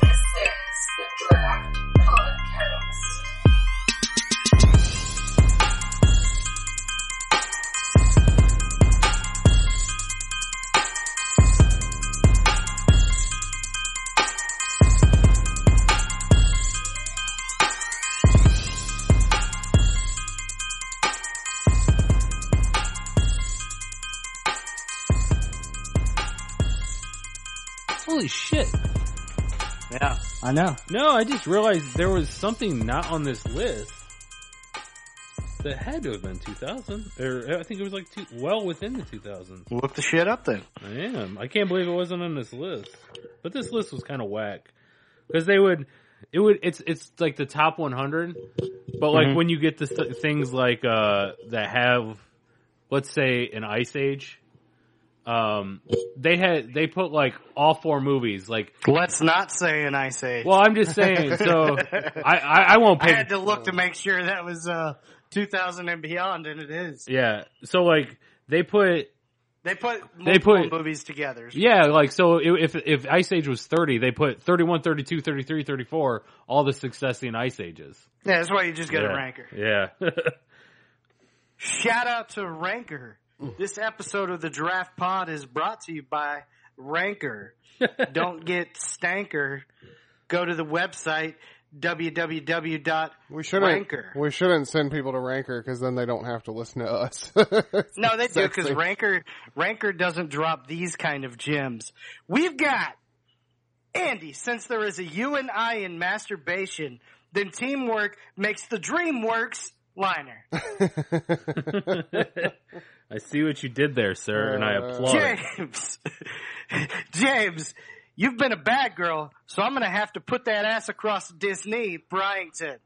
This is the Draft Podcast. Holy shit. Yeah. I know. No, I just realized there was something not on this list that had to have been 2000. Or I think it was like two, well within the 2000s. Look the shit up then. Damn. I can't believe it wasn't on this list. But this list was kind of whack. Because they would, it would, it's, it's like the top 100. But like Mhm. Mm-hmm. when you get the th- things like, uh, that have, let's say an ice age, um, they had, they put like all four movies, like, Let's not say an ice age. well, I'm just saying, so I, I, I won't I pay had to look to make sure that was uh 2000 and beyond, and it is. Yeah. So like they put They put They multiple put- movies together. yeah like so i- if if Ice Age was 30, they put 31, 32, 33, 34, all the successing Ice Ages. Yeah, that's why you just got yeah. a ranker. Yeah. Shout out to Ranker. This episode of the Draft Pod is brought to you by Ranker. Don't get stanker. Go to the website www. We shouldn't. Ranker. We shouldn't send people to Ranker because then they don't have to listen to us. No, they do because Exactly. Ranker Ranker doesn't drop these kind of gems. We've got Andy. Since there is a you and I in masturbation, then teamwork makes the dream works. Liner. I see what you did there, sir, and I Uh, applaud. it. James, James, you've been a bad girl, so I'm gonna have to put that ass across Disney, Bryington.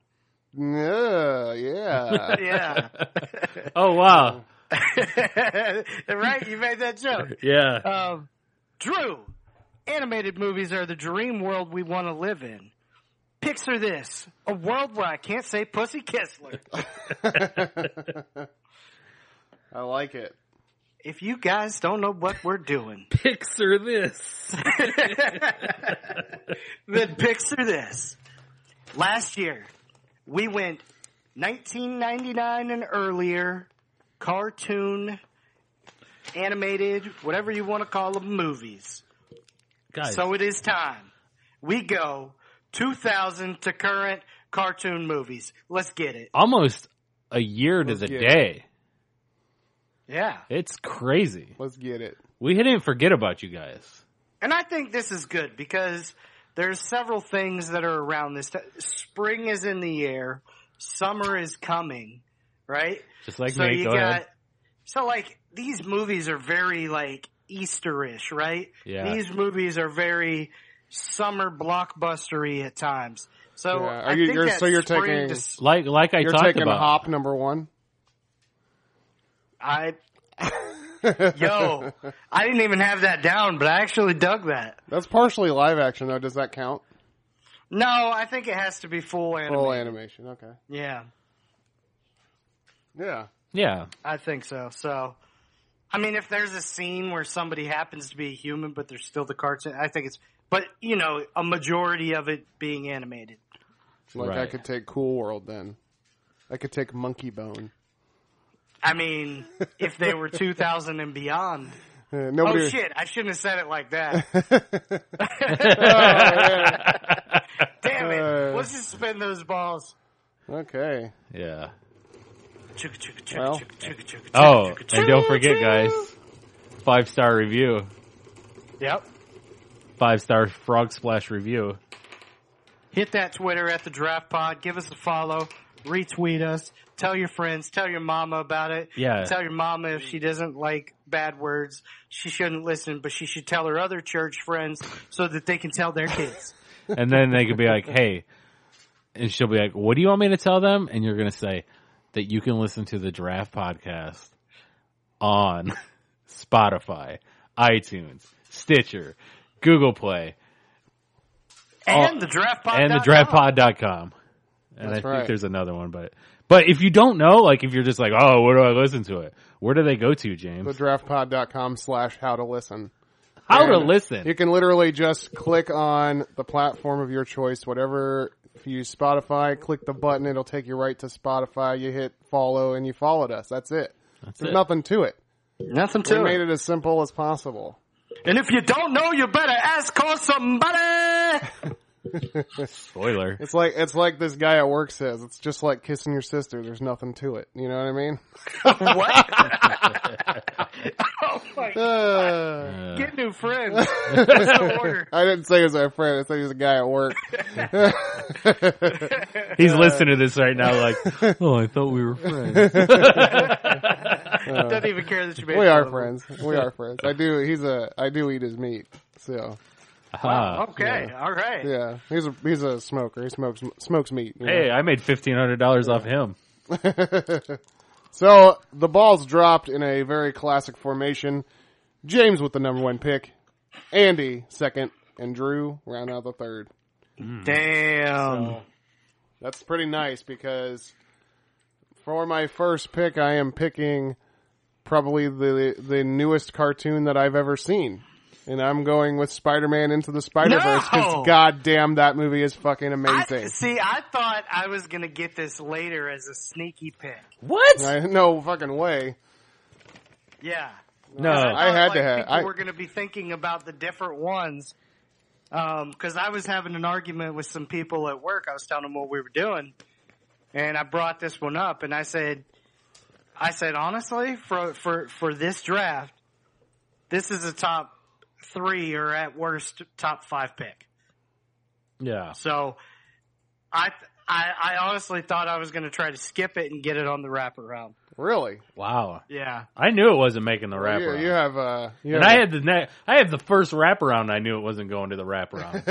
yeah, yeah. Yeah, Oh wow. right. You made that joke. Yeah. Um, Drew, animated movies are the dream world we want to live in. Picture this a world where I can't say Pussy Kissler. I like it. if you guys don't know what we're doing, Picture this. then picture this. Last year, we went 1999 and earlier, cartoon, animated, whatever you want to call them, movies. Guys. So it is time. We go 2000 to current cartoon movies. Let's get it. almost a year to the get it. day. Yeah. It's crazy. Let's get it. We didn't forget about you guys. And I think this is good because there's several things that are around this. T- Spring is in the air. Summer is coming, right? Just like so me. you Go got ahead. so like these movies are very like Easterish, right? Yeah. These movies are very summer blockbustery at times. So Yeah. Are I you- think you're- that so you're spring taking- dis- Like like I You're talked taking about. hop number one. I yo, I didn't even have that down, but I actually dug that. That's partially live action though. Does that count? No, I think it has to be full anime. Full animation. Okay. Yeah, Yeah. Yeah. I think so. So, I mean, if there's a scene where somebody happens to be a human, but they're still the cartoon, I think it's. But you know, a majority of it being animated. Like I Right. could take Cool World then. I could take Monkey Bone. I mean, if they were 2000 and beyond. Uh, Oh nobody. shit! I shouldn't have said it like that. Damn it! Uh. Let's just spin those balls. Okay. Yeah. Chugga, chugga, chugga, Well. chugga, chugga, chugga, Oh, chugga, chugga, and don't forget, guys, five star review, chugga. Yep. five star frog splash review. hit that Twitter at the Draft Pod. Give us a follow. Retweet us. Tell your friends. Tell your mama about it. Yeah. Tell your mama if she doesn't like bad words, she shouldn't listen, but she should tell her other church friends so that they can tell their kids. And then they could be like, hey, and she'll be like, what do you want me to tell them? And you're going to say that you can listen to the draft podcast on Spotify, iTunes, Stitcher, Google Play, and the draft pod. and the draftpod.com. And That's I think right. there's another one, but but if you don't know, like if you're just like, oh, where do I listen to it? Where do they go to, James? thedraftpod.com slash how to listen. How to And listen? You can literally just click on the platform of your choice, whatever. If you use Spotify, click the button, it'll take you right to Spotify. You hit follow and you followed us. That's it. There's it. nothing to it. Nothing We to made it. it as simple as possible. And if you don't know, you better ask for somebody. Spoiler. It's like it's like this guy at work says, it's just like kissing your sister. There's nothing to it. You know what I mean? what? Uh, Uh, Get new friends. That's the order. I didn't say he was our friend. I said he was a guy at work. he's listening to this right now, like, oh, I thought we were friends. Doesn't even care that you made. we fun are of him. friends. We are friends. I do. He's a. I do eat his meat. So Ah. Okay. All right. yeah, he's a he's a smoker. He smokes smokes meat. you know? Hey, I made fifteen hundred dollars off him. So the ball's dropped in a very classic formation. James with the number one pick, Andy second, and Drew round out the third. Damn. That's pretty nice because for my first pick, I am picking probably the the newest cartoon that I've ever seen. And I'm going with Spider-Man into the Spider-Verse because No! goddamn that movie is fucking I, amazing. see, I thought I was gonna get this later as a sneaky pick. What? I, no fucking way. Yeah, No, I had like, to have- People I- were gonna be thinking about the different ones. Um, because I was having an argument with some people at work. I was telling them what we were doing, and I brought this one up, and I said, I said honestly, for for for this draft, this is a top three or at worst top five pick. yeah. So I I, I honestly thought I was going to try to skip it and get it on the wraparound. Really? Wow. Yeah. I knew it wasn't making the You, wraparound. you have uh you And have I had the ne- I had the first wraparound. I knew it wasn't going to the wraparound.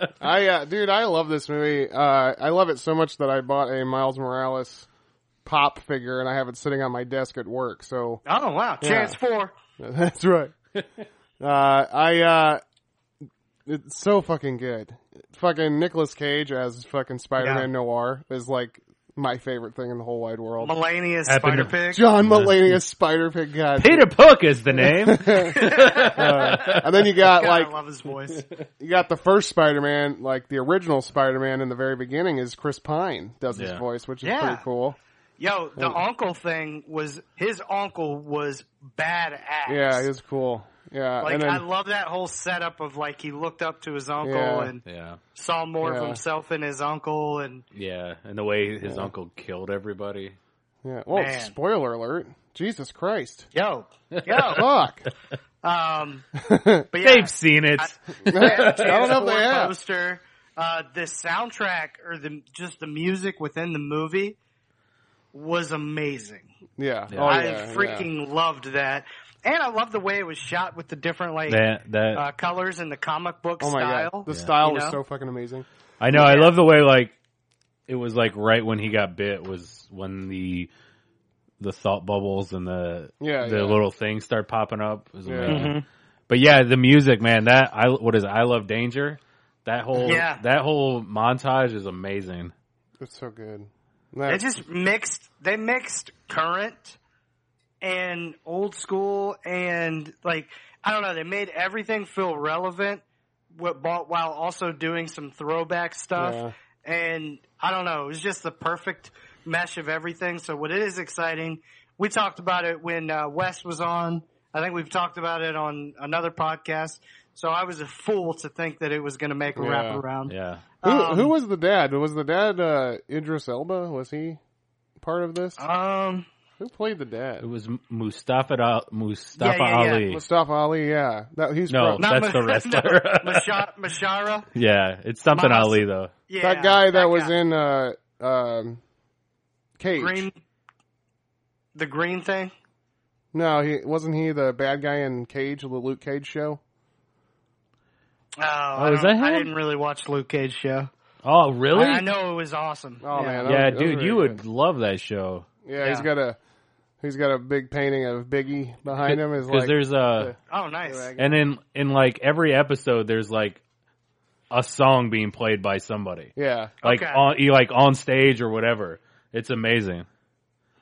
Yeah. I uh, dude, I love this movie. Uh, I love it so much that I bought a Miles Morales pop figure, and I have it sitting on my desk at work. So oh wow. Chance four. that's right. uh, I uh, it's so fucking good. Fucking Nicolas Cage as fucking Spider-Man Noir is like my favorite thing in the whole wide world. Melania Happened Spider to- Pig. John Mulaney as Spider Pig, God. Peter Pook is the name. And then you got God, like I love his voice. you got the first Spider-Man, like the original Spider-Man in the very beginning is Chris Pine does his Yeah. voice, which is Yeah. pretty cool. Yo, the uncle thing was his uncle was badass. Yeah, he was cool. Yeah, like and then I love that whole setup of like he looked up to his uncle Yeah. and yeah, saw more of Yeah. himself in his uncle and yeah. And the way his uncle killed everybody. yeah. Well, Man. spoiler alert. Jesus Christ. yo yo Fuck. um but yeah, They've seen it. I don't know if Ford they have. poster. Uh, the soundtrack or the just the music within the movie was amazing. Yeah. Yeah. Oh, I yeah, yeah. freaking loved that, and I love the way it was shot with the different like that that uh, colors and the comic book Oh my style. god. The style You was know? so fucking amazing. I know. I love the way like it was like right when he got bit was when the the thought bubbles and the Yeah, the yeah. little things start popping up. It was Yeah. amazing. Mm-hmm. But yeah, the music, man. That I what is it? I love danger. That whole Yeah. that whole montage is amazing. It's so good. They That, just mixed. They mixed current and old school, and like I don't know. They made everything feel relevant, wh- while while also doing some throwback stuff. And I don't know. It was just the perfect mesh of everything. So what it is exciting. We talked about it when uh, Wes was on. I think we've talked about it on another podcast. So I was a fool to think that it was going to make a Yeah. wraparound. Yeah. who, um, who was the dad? Was the dad uh, Idris Elba? Was he part of this? Um, who played the dad? It was Mustafa Al- Mustafa Yeah, yeah, yeah. Ali. Mustafa Ali. Yeah. That he's No, from- not that's the Ma- wrestler. no, Masha- Mashara. yeah, it's something Mas- Ali though. Yeah, that guy that, was guy. in uh um Cage. green, the green thing. No, he wasn't he the bad guy in Cage, the Luke Cage show? Oh, I, is don't- that I him? didn't really watch Luke Cage show. Oh, really? I, I know it was awesome. Oh yeah. man, that yeah, was- that was dude, really you would good. love that show Yeah, he's Yeah. got a he's got a big painting of Biggie behind him. Is because like there's a Oh, nice. Yeah. and in in like every episode there's like a song being played by somebody, Yeah. like Okay. on e- like on stage or whatever. It's amazing.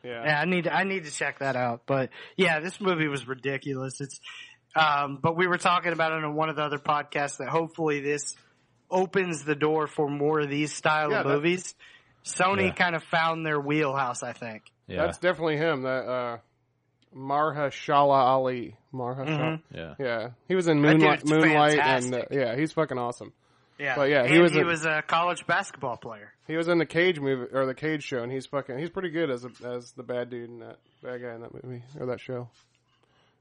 Yeah. Yeah, I need to, I need to check that out. But yeah, this movie was ridiculous. It's um, but we were talking about it on one of the other podcasts that hopefully this opens the door for more of these style Yeah, of that- movies. Sony Yeah. kind of found their wheelhouse, I think. Yeah, That's definitely him. That uh, Marhashala Ali. Marhashala. yeah. Yeah, he was in That Moonlight. dude's Moonlight, and uh, fantastic. yeah, he's fucking awesome. Yeah, Well, yeah, he he was was he a- was a college basketball player. He was in the Cage movie or the Cage show, and he's fucking. He's pretty good as a, as the bad dude in that bad guy in that movie or that show.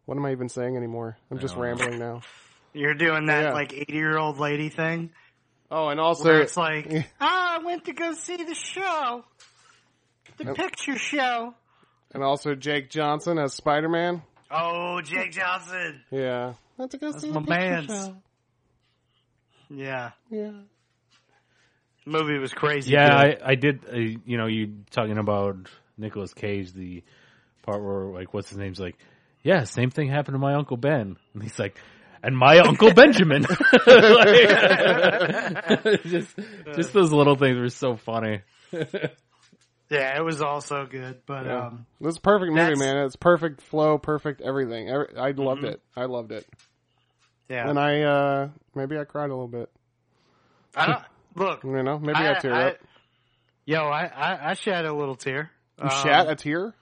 What am I even saying anymore? I'm just don't know. rambling now. You're doing that Yeah. like eighty year old lady thing Oh, and also where it's like, Yeah. ah, I went to go see the show, the picture show. and also Jake Johnson as Spider Man. Oh, Jake Johnson. Yeah, that's a good. That's my man's. Yeah, Yeah, movie was crazy. Yeah, good. I, I did. Uh, you know, you talking about Nicolas Cage, the part where like, what's his name's like, yeah, same thing happened to my uncle Ben, and he's like, and my uncle Benjamin. Like, just, just those little things were so funny. Yeah, it was also good, but yeah. um, this is a perfect movie, that's- Mm-hmm. man. It's perfect flow, perfect everything. Every, I loved it. I loved it, yeah, and I uh maybe I cried a little bit. I don't look. You know, maybe I, teared up. Yo, I, I I shed a little tear. You Um, shat a tear?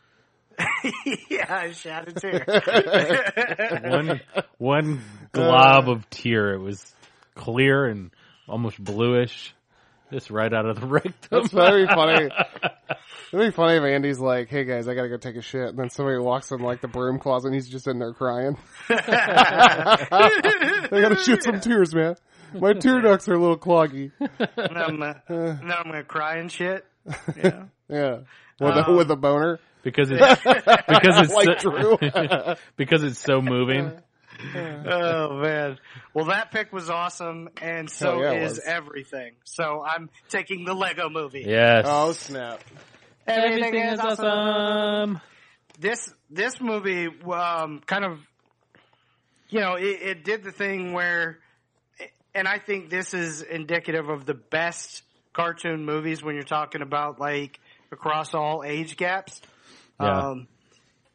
yeah, I shed a tear. One one glob of tear. It was clear and almost bluish, just right out of the rectum. That's that'd be funny. It'd be funny if Andy's like, "Hey guys, I gotta go take a shit," and then somebody walks in like the broom closet, and he's just in there crying. I gotta shoot some tears, man. My tear ducts are a little cloggy. and I'm, uh, now I'm gonna cry and shit. Yeah. Yeah, with Um, a, with a boner, because it's because it's like so, Drew. because it's so moving. Uh. oh man. Well, that pick was awesome, and so Hell yeah, it is was. everything. So I'm taking the Lego Movie. Yes. oh snap! Everything is awesome. this this movie um, kind of you know it, it did the thing where and i think this is indicative of the best cartoon movies when you're talking about like across all age gaps Yeah. um,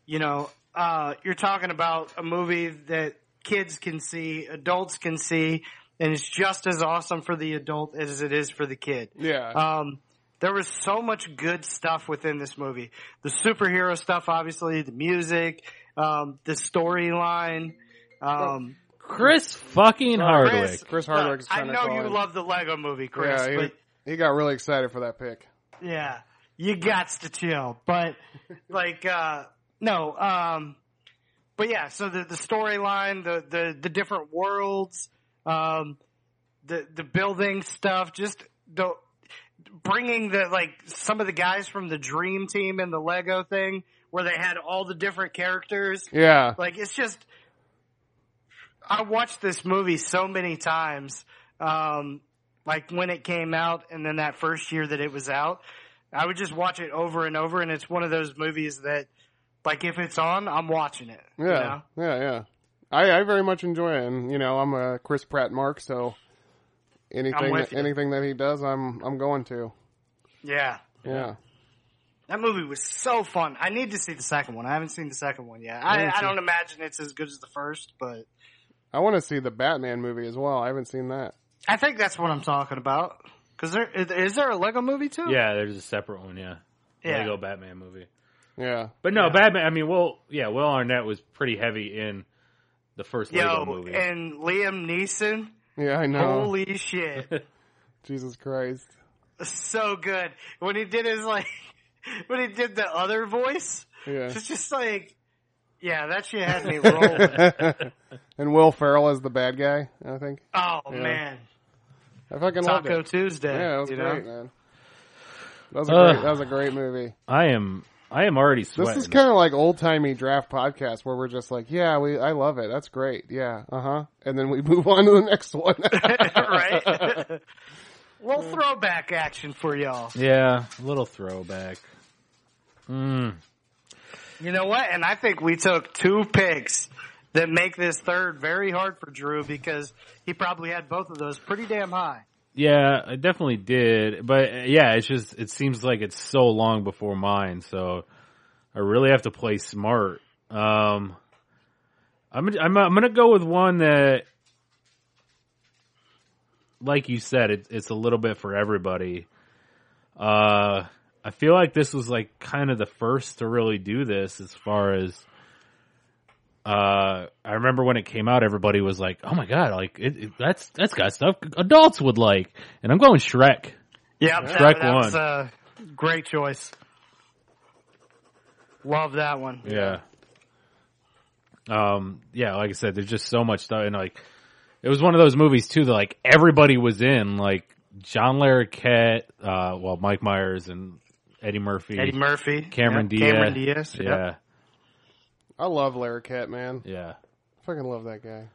you know uh, you're talking about a movie that kids can see adults can see and it's just as awesome for the adult as it is for the kid Yeah, um, there was so much good stuff within this movie. The superhero stuff, obviously, the music, um, the storyline. Um, Chris fucking Hardwick. Chris, Chris Hardwick's look, I trying to know call you in. love the Lego movie, Chris, yeah, he, but he got really excited for that pick. yeah, you got to chill. But like, uh, no, um, but yeah, so the, the storyline, the, the, the different worlds, um, the, the building stuff, just the, bringing the, like some of the guys from the dream team and the Lego thing where they had all the different characters. Yeah, Like it's just, I watched this movie so many times. Um, like when it came out, and then that first year that it was out, I would just watch it over and over. And it's one of those movies that, like, if it's on, I'm watching it. you yeah, know? yeah, yeah. I, I very much enjoy it, and you know, I'm a Chris Pratt mark, so anything with you. anything that he does, I'm I'm going to. yeah. Yeah. That movie was so fun. I need to see the second one. I haven't seen the second one yet. I, I don't imagine it's as good as the first, but I want to see the Batman movie as well. I haven't seen that. I think that's what I'm talking about. Because there is is there a Lego movie too? Yeah, there's a separate one. Yeah, Yeah. Lego Batman movie. Yeah. But no, Batman. I mean, well, yeah, Will Arnett was pretty heavy in the first Lego Yo, movie. and Liam Neeson. Yeah, I know. Holy shit. Jesus Christ. so good when he did his like when he did the other voice. Yeah. It's just like, yeah, that shit had me rolling. and Will Ferrell is the bad guy, I think. oh man, I fucking loved Taco it. Tuesday. Yeah, it was you know? great, man. That was, a Ugh. great, that was a great movie. I am, I am already This sweating. is kind of like old timey draft podcast where we're just like, yeah, we, I love it. That's great. Yeah, uh huh. And then we move on to the next one. right? well, throwback action for y'all. yeah, a little throwback. Mm. You know what? And I think we took two picks that make this third very hard for Drew because he probably had both of those pretty damn high. Yeah, I definitely did, but uh, yeah, it's just it seems like it's so long before mine, so I really have to play smart. Um, I'm I'm I'm gonna go with one that, like you said, it, it's a little bit for everybody. Uh, I feel like this was like kind of the first to really do this as far as. Uh, I remember when it came out, everybody was like, "Oh my god, like it, it, that's that's got stuff adults would like," and I'm going Shrek. Yeah, Strike that, that was one. a great choice. Love that one. Yeah. Um. Yeah. Like I said, there's just so much stuff, and like, it was one of those movies too that like everybody was in, like John Larroquette, uh, well, Mike Myers and Eddie Murphy, Eddie Murphy, Cameron yeah, Diaz. Cameron Diaz, yeah. Yeah. I love Larry Cat, man. Yeah. Fucking love that guy.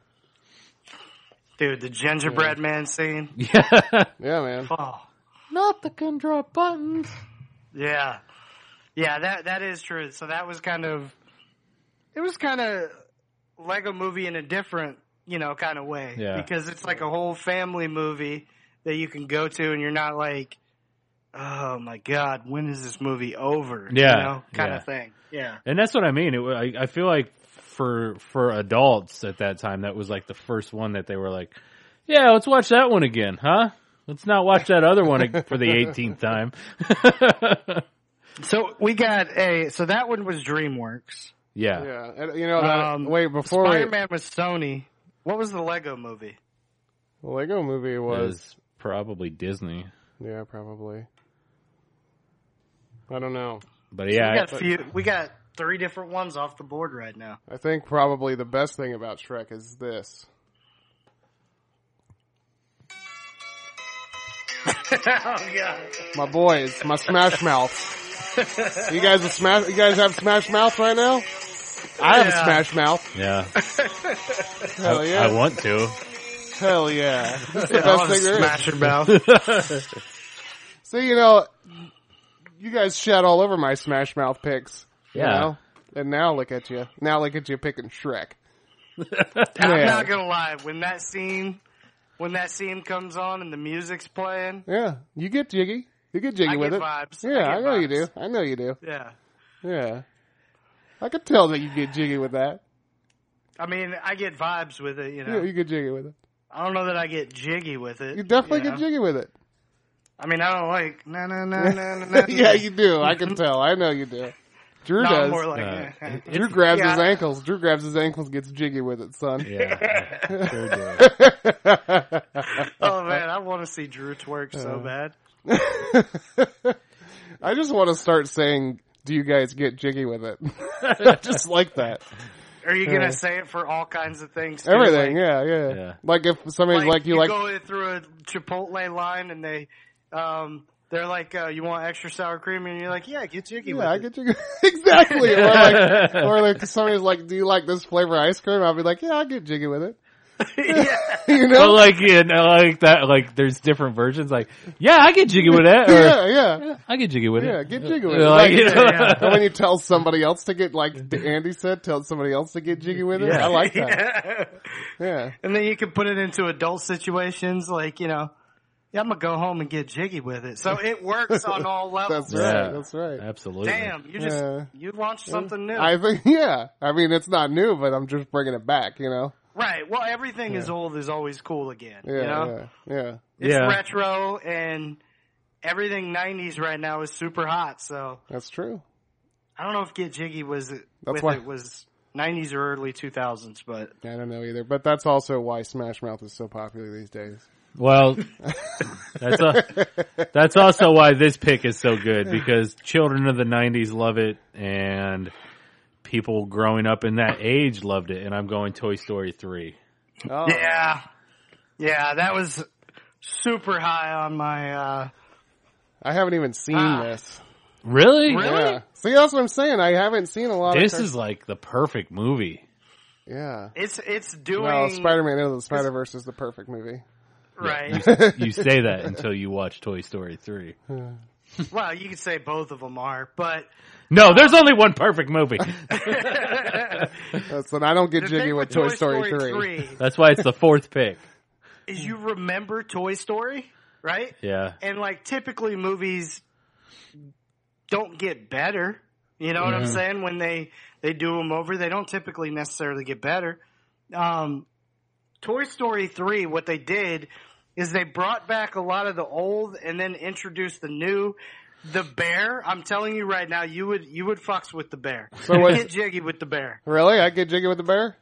dude, the gingerbread man scene. Yeah. Yeah, man. Oh, Can draw buttons. yeah, yeah. That that is true. So that was kind of, it was kind of Lego movie in a different, you know, kind of way. Yeah. Because it's like a whole family movie that you can go to, and you're not like, oh my god, when is this movie over? Yeah, you know, kind yeah. of thing. Yeah. And that's what I mean. It, wa- I, I feel like for for adults at that time, that was like the first one that they were like, "Yeah, let's watch that one again, huh? Let's not watch that other one ag- for the 18th time." So we got a. So that one was DreamWorks. Um, yeah. Yeah, and, you know that. Uh, Um, wait, before we, Spider Man was Sony. What was the Lego movie? the Lego Movie was, is probably Disney. yeah, probably. I don't know. But yeah, we got I- a few. We got three different ones off the board right now. I think probably the best thing about Shrek is this. oh yeah. My boys, my Smash Mouth. You guys, have smash, you guys have Smash Mouth right now. I have Yeah. a Smash Mouth. yeah, Hell yeah! I want to. Hell yeah! It's the best thing there is. Smash your mouth. See, you know, you guys shat all over my Smash Mouth picks. you Yeah. know? And now look at you. Now look at you picking Shrek. I'm Yeah. not gonna lie. When that scene, when that scene comes on and the music's playing, Yeah, you get jiggy. You get jiggy I with get it. vibes. Yeah, I I, get know you do. vibes. I know you do. yeah. Yeah, I could tell that you get jiggy with that. I mean, I get vibes with it. You Yeah, know, you get jiggy with it. I don't know that I get jiggy with it. You definitely you get know? jiggy with it. I mean, I don't like na na na na na, na. yeah, you do. I can tell. I know you do. Drew No, I'm does. more like. Uh, eh, eh. Drew grabs yeah. his ankles. Drew grabs his ankles. Gets jiggy with it, son. Yeah, oh man, I want to see Drew twerk Uh, so bad. I just want to start saying, "Do you guys get jiggy with it?" I just like that. Are you gonna say it for all kinds of things? too? uh. Everything. Like- yeah, yeah, Yeah. Like if somebody's like, you, like, go through a Chipotle line and they, um, they're like, uh, you want extra sour cream, and you're like, yeah, get jiggy with yeah, I it. get jiggy. exactly. Or like, or like somebody's like, "Do you like this flavor of ice cream?" I'll be like, "Yeah, I get jiggy with it." yeah, You but know? like you know, like that. Like there's different versions. Like yeah, I get jiggy with that. Or, yeah, yeah, I get jiggy with yeah. it. Get jiggy with Yeah, it. like, Like, you know, yeah. And when you tell somebody else to get like Andy said, tell somebody else to get jiggy with it. Yeah. I like that. Yeah. and then you can put it into adult situations, like you know, yeah, I'm gonna go home and get jiggy with it. So it works on all levels. That's Yeah. right. That's right. absolutely. Damn, you just Yeah. you launched something new, I think yeah. I mean, it's not new, but I'm just bringing it back, you know. right? Well, everything is old is always cool again. Yeah. you know? Yeah. yeah. it's Yeah. retro and everything 90s right now is super hot so That's true. i don't know if get jiggy was it That's with why- it was 90s or early 2000s but I don't know either, but that's also why Smash Mouth is so popular these days. Well, that's a, that's also why this pick is so good because children of the '90s love it, and people growing up in that age loved it. And I'm going Toy Story three. Oh. yeah yeah that was super high on my uh I haven't even seen Ah. this. Really? Really? Yeah. See, that's what I'm saying. I haven't seen a lot This of. is like the perfect movie. is yeah. it's it's doing Well, Spider-Man Into the Spider-Verse is the perfect movie. right You say that until you watch Toy Story three. well you could say both of them are but No, there's only one perfect movie. That's when I don't get The jiggy thing with Toy, Story, 3. That's why it's the fourth pick. is you remember Toy Story, right? Yeah. And like typically movies don't get better. You know what Mm-hmm. I'm saying? When they they do them over, they don't typically necessarily get better. Um, Toy Story three, what they did is they brought back a lot of the old and then introduced the new. The bear, I'm telling you right now, you would you would fucks with the bear. So what- get jiggy with the bear. Really? I get jiggy with the bear?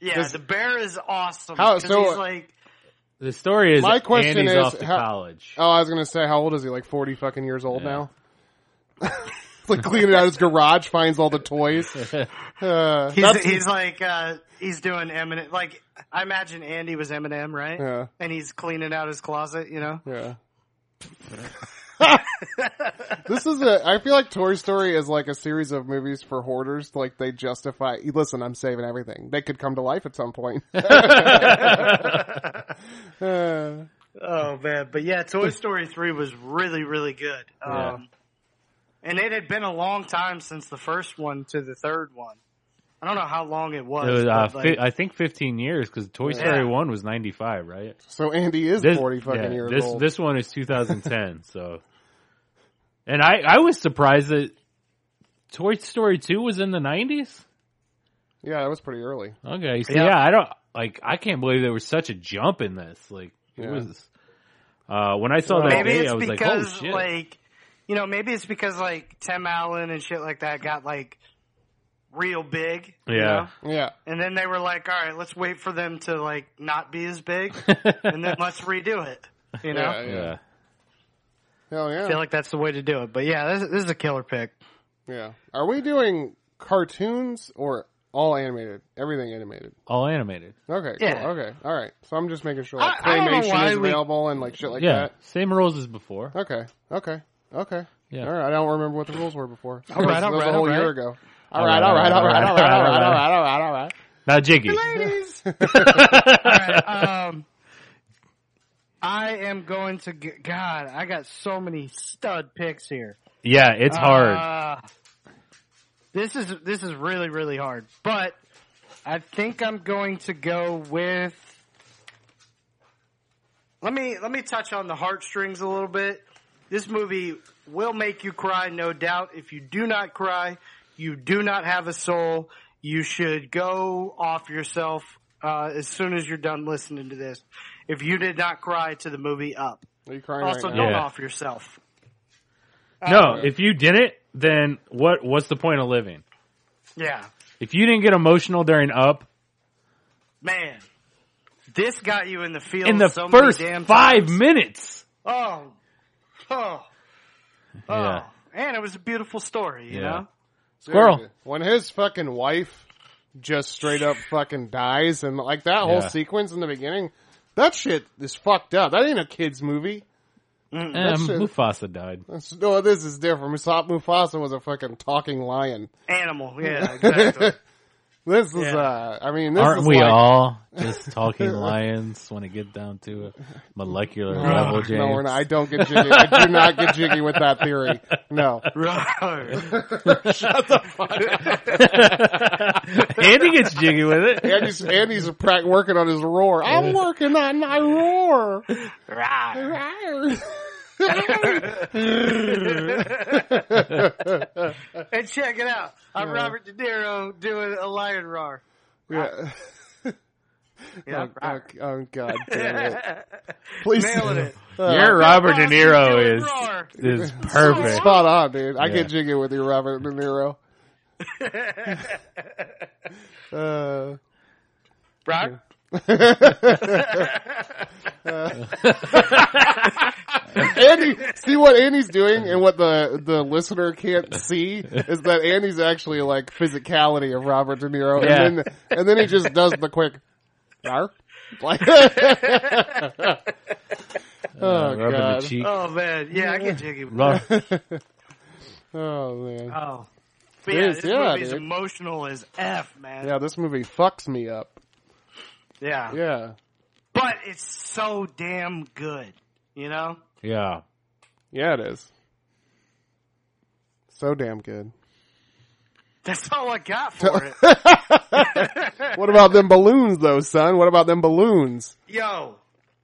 Yeah, the bear is awesome. How- 'cause so- he's like The story is My question Andy's is, off to how- college. Oh, I was gonna say, how old is he? Like forty fucking years old now. like cleaning out his garage, finds all the toys. Uh, He's, that's- he's like uh, he's doing Eminem. Like I imagine Andy was Eminem, right? Yeah. And he's cleaning out his closet, you know. yeah. this is a. I feel like Toy Story is like a series of movies for hoarders. Like they justify. Listen, I'm saving everything. They could come to life at some point. Uh, Oh man, but yeah, Toy Story three was really really good. Um, And it had been a long time since the first one to the third one. I don't know how long it was. It was, uh, but, like, fi- I think 15 years because Toy Story Yeah. 1 was 95, right? so Andy is forty fucking yeah, years this, old. This one is 2010, so. And I, I was surprised that Toy Story 2 was in the 90s? yeah, that was pretty early. Okay, so yeah. Yeah. I don't like. I can't believe there was such a jump in this. Like it Yeah. was. Uh, when I saw that maybe day, it's I was like, "Holy because shit!" like you know maybe it's because like Tim Allen and shit like that got like real big. you Yeah. know? Yeah, And then they were like, all right, let's wait for them to like not be as big and then let's redo it. You know? yeah, yeah. yeah, Hell yeah. I feel like that's the way to do it. But yeah, this, this is a killer pick. Yeah. Are we doing cartoons or all animated? Everything animated. all animated. Okay. Yeah. Cool. Okay. All right. So I'm just making sure like I- I don't know claymation why is we- available and like shit like yeah, that. same rules as before. Okay. Okay. Okay. Yeah. All right. I don't remember what the rules were before. All right, all That was right, a whole all year right. ago. All right. All right. All right. All right. All right. All right. All right. All right. Now, Jiggy, Ladies! all right. Um, I am going to g God, I got so many stud picks here. yeah, it's hard. Uh, this is this is really really hard, but I think I'm going to go with. Let me let me touch on the heartstrings a little bit. This movie will make you cry, no doubt. If you do not cry, you do not have a soul. You should go off yourself uh, as soon as you're done listening to this. If you did not cry to the movie Up, Are you crying also right don't Yeah. off yourself. Uh, No, if you did it, then what? What's the point of living? Yeah. If you didn't get emotional during Up man, this got you in the field in the so many first damn five times. minutes, Oh, oh, oh, Yeah. and it was a beautiful story, you Yeah. know. now? squirrel. Dude, When his fucking wife just straight up fucking dies and like that whole Yeah. sequence in the beginning, that shit is fucked up. That ain't a kid's movie. Mm, Eh, shit- Mufasa died. That's- No, this is different. Musop Mufasa was a fucking talking lion. Animal, yeah, exactly. This is, Yeah. uh, I mean, this Aren't is we like, all just talking lions when it get down to a molecular level, James? No, we're not. I don't get jiggy. I do not get jiggy with that theory. No. Right. Andy gets jiggy with it. Andy's, Andy's prac- working on his roar. I'm working on my roar. Right. and check it out. I'm Robert De Niro doing a lion roar. Yeah. Yeah, Oh, right. oh, god damn it. Please. Uh, nailing it. Your Robert De Robert De Niro Niro is is perfect. Spot on, dude. I Yeah. get jiggy with you, Robert De Niro. uh, Brock, Andy, see what Andy's doing and what the, the listener can't see is that Andy's actually like physicality of Robert De Niro. And Yeah. then, and then he just does the quick, "Yarr." like, oh, Uh, Rubbing God. Uh, the cheek. oh man, yeah, I get jiggy. with Rub- Oh man. Oh, but It yeah, is, this yeah, movie's dude. emotional as f, man. Yeah, this movie fucks me up. yeah, Yeah. but it's so damn good, you know. yeah. Yeah, it is. So damn good. That's all I got for it. What about them balloons, though, son? What about them balloons? Yo,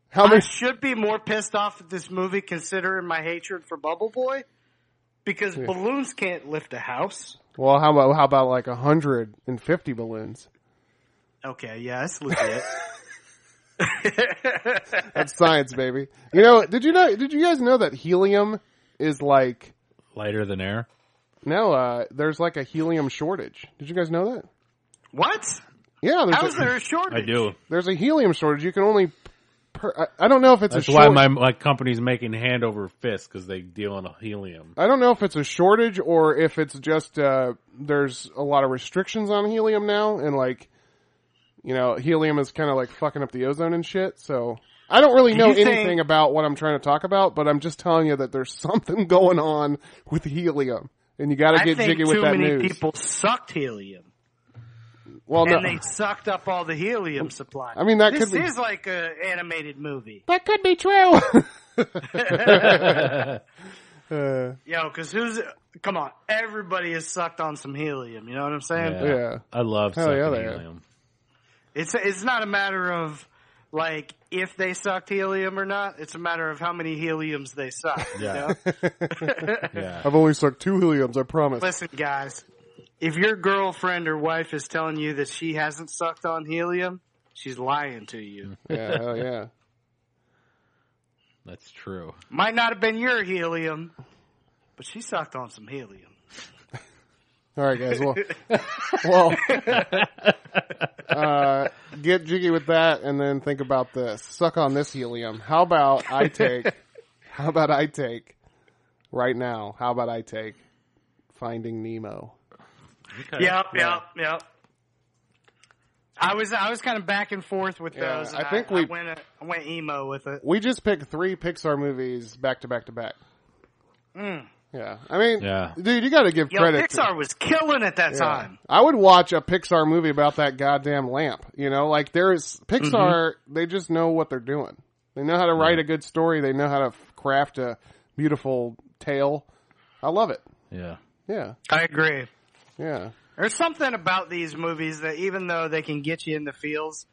How I many? should be more pissed off at this movie considering my hatred for Bubble Boy because balloons can't lift a house. Well, how about how about like hundred and fifty balloons? Okay, yeah, that's legit. That's science, baby. You know? Did you know? Did you guys know that helium is like Lighter than air. no? Uh, there's like a helium shortage. Did you guys know that? what? Yeah, there's How a, is there a shortage? I do. there's a helium shortage. You can only. Per, I, I don't know if it's That's a why short- my, my company's making hand over fist because they deal in helium. I don't know if it's a shortage or if it's just uh, there's a lot of restrictions on helium now, and like, you know, helium is kind of like fucking up the ozone and shit. So I don't really Do know you think- anything about what I'm trying to talk about, but I'm just telling you that there's something going on with helium, and you got to I get think jiggy too with that many news. people sucked helium. well, no, and they sucked up all the helium supply. I mean, that this could be- is like a animated movie, that could be true. Uh, yo. Because who's come on? Everybody is sucked on some helium. You know what I'm saying? yeah. I love Hell sucking yeah, they are. helium. It's it's not a matter of like if they sucked helium or not. It's a matter of how many heliums they suck. Yeah. You know? Yeah. I've only sucked two heliums, I promise. Listen, guys, if your girlfriend or wife is telling you that she hasn't sucked on helium, she's lying to you. Yeah, hell yeah. That's true. Might not have been your helium, but she sucked on some helium. All right, guys. Well, well uh, get jiggy with that, and then think about this. Suck on this helium. How about I take? How about I take? Right now, how about I take? Finding Nemo. Okay. Yep, yep, yep. I was I was kind of back and forth with Yeah, those. I and think we- I went I went emo with it. We just picked three Pixar movies back to back to back. Yeah, I mean, Yeah. dude, you got to give Mm. Yo, credit. to- Pixar was killing at that Yeah. time. I would watch a Pixar movie about that goddamn lamp. You know, like there is Pixar. They just know what they're doing. They know how to write a good story. They know how to f- craft a beautiful tale. I love it. Yeah. Yeah, I agree. yeah, There's something about these movies that even though they can get you in the feels,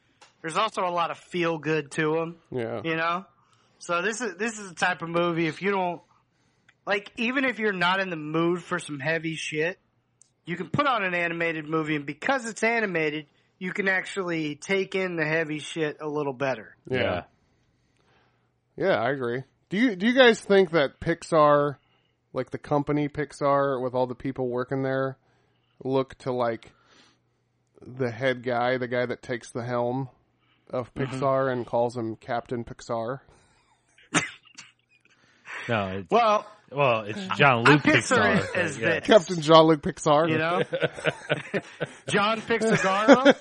there's also a lot of feel good to them. yeah, Uh-huh. You know, so this is this is the type of movie if you don't like, even if you're not in the mood for some heavy shit, you can put on an animated movie, and because it's animated, you can actually take in the heavy shit a little better. yeah, Yeah. yeah. I agree. Do you do you guys think that Pixar, like the company Pixar, with all the people working there, look to like the head guy, the guy that takes the helm of Pixar and calls him Captain Pixar? No. It's, Well, well, it's John I Luke picture Pixar. it as yeah. this, Captain Jean Luc Pixar. you know, John Pixagaro,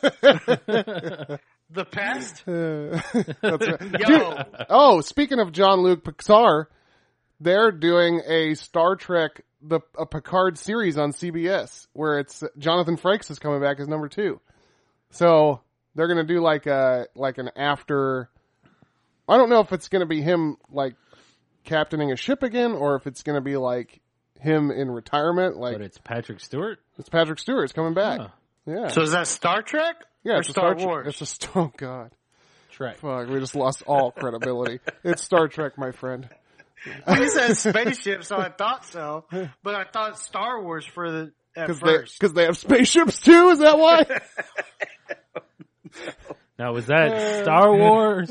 the pest. That's right. Yo, Oh, speaking of John Luc Pixar, they're doing a Star Trek the a Picard series on CBS where it's Jonathan Frakes is coming back as number two. So they're gonna do like a like an after. I don't know if it's gonna be him like captaining a ship again, or if it's gonna be like him in retirement. Like But it's Patrick Stewart. it's Patrick Stewart's coming back. Huh. Yeah, so is that Star Trek? yeah. or It's a Star, Trek- Wars. It's just oh god. Trek. Fuck, we just lost all credibility. it's Star Trek, my friend. you said spaceship, so I thought so. But I thought Star Wars for the at Because they, first. 'cause they have spaceships too, is that why? Now, was that Star Wars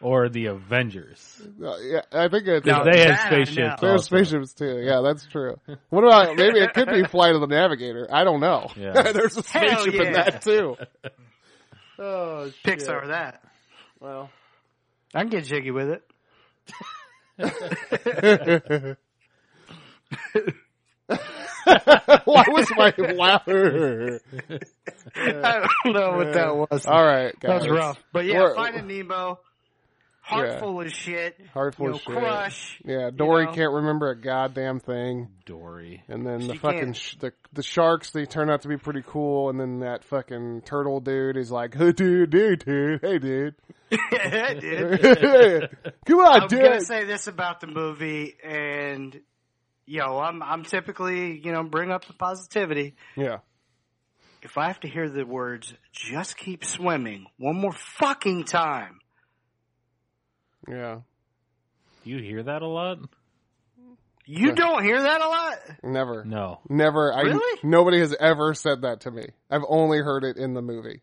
or the Avengers? Uh, yeah, I think it's, No, They had that I spaceships. know. they have also. spaceships too. Yeah, that's true. What about, maybe it could be Flight of the Navigator. I don't know. Yeah. There's a Hell spaceship in yeah. that too. Oh, shit. Pixar that. Well, I can get jiggy with it. why was my louder? I don't know what that was. All right, guys. That was rough. But yeah, We're- Finding Nemo, heartful as shit. Heartful you know, as shit. Crush. Yeah, Dory know? can't remember a goddamn thing. Dory. And then the She fucking can't. sh- the the sharks they turn out to be pretty cool. And then that fucking turtle dude is like, "Hey dude, dude, dude, hey dude, Dude, come on, I'm gonna dude." say this about the movie, and yo, I'm I'm typically you know bring up the positivity. yeah, if I have to hear the words "just keep swimming" one more fucking time, Yeah. Do you hear that a lot? you don't hear that a lot. Never. No. Never. Really? I nobody has ever said that to me. I've only heard it in the movie.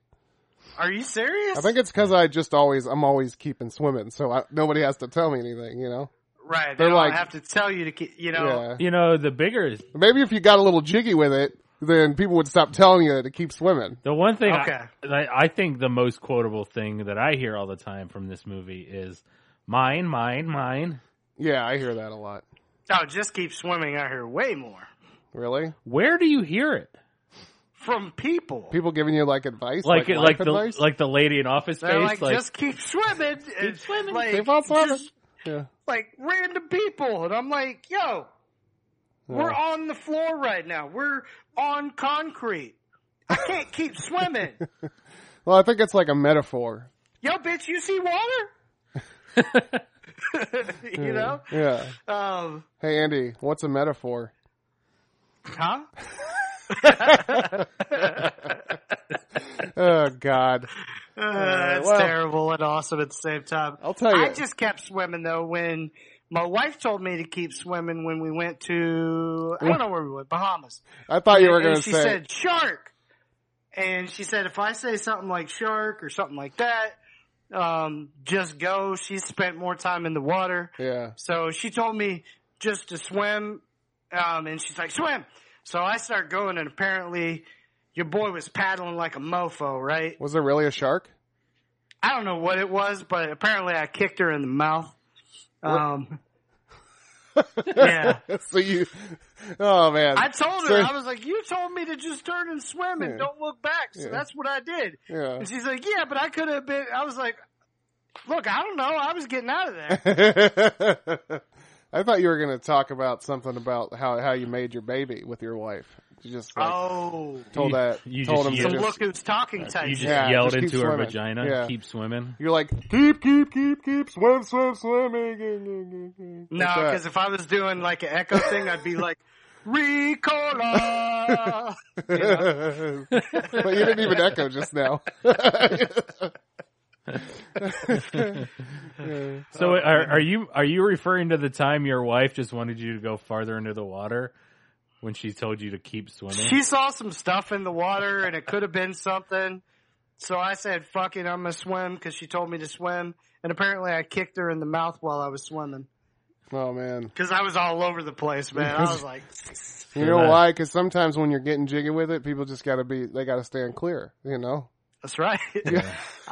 Are you serious? I think it's because I just always I'm always keeping swimming, so I, nobody has to tell me anything. You know. right. They they're don't like- have to tell you to keep. You know. Yeah. You know, the bigger is Maybe if you got a little jiggy with it, then people would stop telling you to keep swimming. the one thing Okay. I, I, I think the most quotable thing that I hear all the time from this movie is mine, mine, mine. Yeah, I hear that a lot. Oh, just keep swimming. I hear way more Really? Where do you hear it? from people. People giving you like advice, Like like, like life the advice? like the lady in office They're space. Like, like, just keep swimming. Keep swimming. Like, Keep on swimming. just, yeah. like random people, and I'm like, yo, We're Yeah. on the floor right now. We're on concrete. I can't keep swimming. Well, I think it's like a metaphor. Yo, bitch, you see water? you know? Yeah. Um, Hey Andy, what's a metaphor? huh? Oh God. Uh, that's well. terrible and awesome at the same time. I'll tell I you. just kept swimming though when my wife told me to keep swimming when we went to, I don't know where we went, Bahamas. I thought you were going to and she say. said shark. And she said if I say something like shark or something like that, um, just go. She spent more time in the water. yeah. So she told me just to swim, um, and she's like, swim. So I start going, and apparently your boy was paddling like a mofo, right? Was there really a shark? I don't know what it was, but apparently I kicked her in the mouth. Um, yeah. so you. Oh man. I told So- her, I was like, you told me to just turn and swim and Yeah. don't look back. So Yeah. Uh. that's what I did. Yeah. And she's like, yeah, but I could have been, I was like, look, I don't know. I was getting out of there. I thought you were going to talk about something about how how you made your baby with your wife. You just like, oh. told You- that you told just him So to yelled. look just. who's talking type. you just Yeah, yelled just keep into her swimming. vagina, Yeah. keep swimming. You're like keep keep keep keep swim swim swimming. No, Like that. because if I was doing like an echo thing, I'd be like, Ricola. but you didn't even echo just now. So are, are you are you referring to the time your wife just wanted you to go farther into the water when she told you to keep swimming? she saw some stuff in the water and it could have been something. So I said, fuck it, I'm going to swim because she told me to swim. And apparently I kicked her in the mouth while I was swimming oh man, because I was all over the place, man. I was like, you know that. why? Because sometimes when you're getting jiggy with it, people just got to be they got to stand clear. You know. that's right.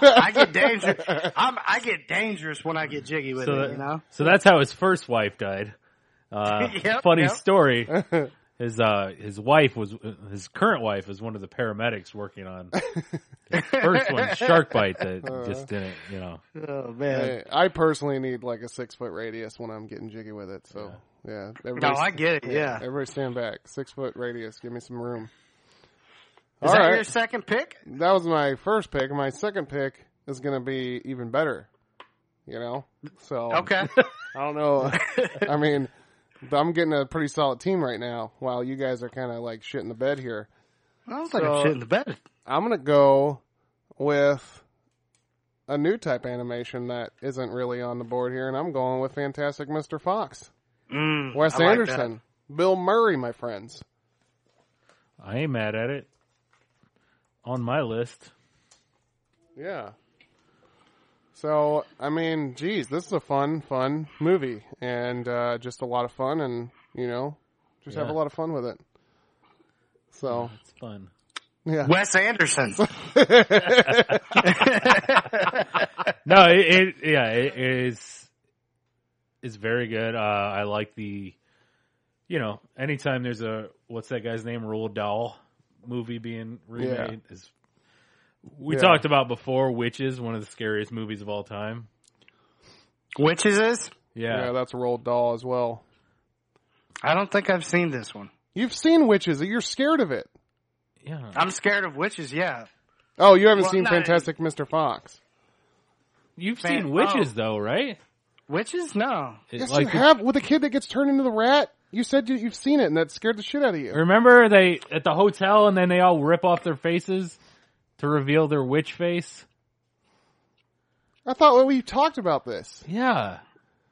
I get dangerous. I'm, I get dangerous when I get jiggy with so, it, you know? so that's how his first wife died. Uh, Yep, funny yep. story. His uh, his wife was his current wife is one of the paramedics working on his first one shark bite that Uh. just didn't you know Oh, man. I, I personally need like a six foot radius when I'm getting jiggy with it. So yeah, No, everybody, I get it. Yeah. everybody stand back. Six foot radius. Give me some room. Is All that right, your second pick? that was my first pick. My second pick is going to be even better. You know, so Okay. I don't know. I mean, I'm getting a pretty solid team right now. While you guys are kind of like shit in the bed here, I was like, So- I'm shit in the bed. I'm gonna go with a new type animation that isn't really on the board here, and I'm going with Fantastic Mr. Fox. Mm, Wes I like Anderson, Bill Murray, my friends. I ain't mad at it. On my list, Yeah. So I mean, geez, this is a fun, fun movie, and uh, just a lot of fun, and you know, just have Yeah. Mm-hmm. a lot of fun with it. So it's fun. that. Wes Anderson. No, it, it yeah, it is is very good. Uh, I like the you know, anytime there's a what's that guy's name, Roald Dahl movie being remade is we Yeah. talked about before, Witches, one of the scariest movies of all time. Witches is? yeah, Yeah. that's Roald Dahl as well. I don't think I've seen this one. You've seen witches. You're scared of it. Yeah. I'm scared of witches, yeah. Oh, you haven't Well, seen no. Fantastic Mr. Fox. You've Fan- seen Witches though, right? Witches? No. It- Yes, like you the- have with a kid that gets turned into the rat. You said you, you've seen it, and that scared the shit out of you. Remember they at the hotel and then they all rip off their faces to reveal their witch face? I thought well, we talked about this. Yeah.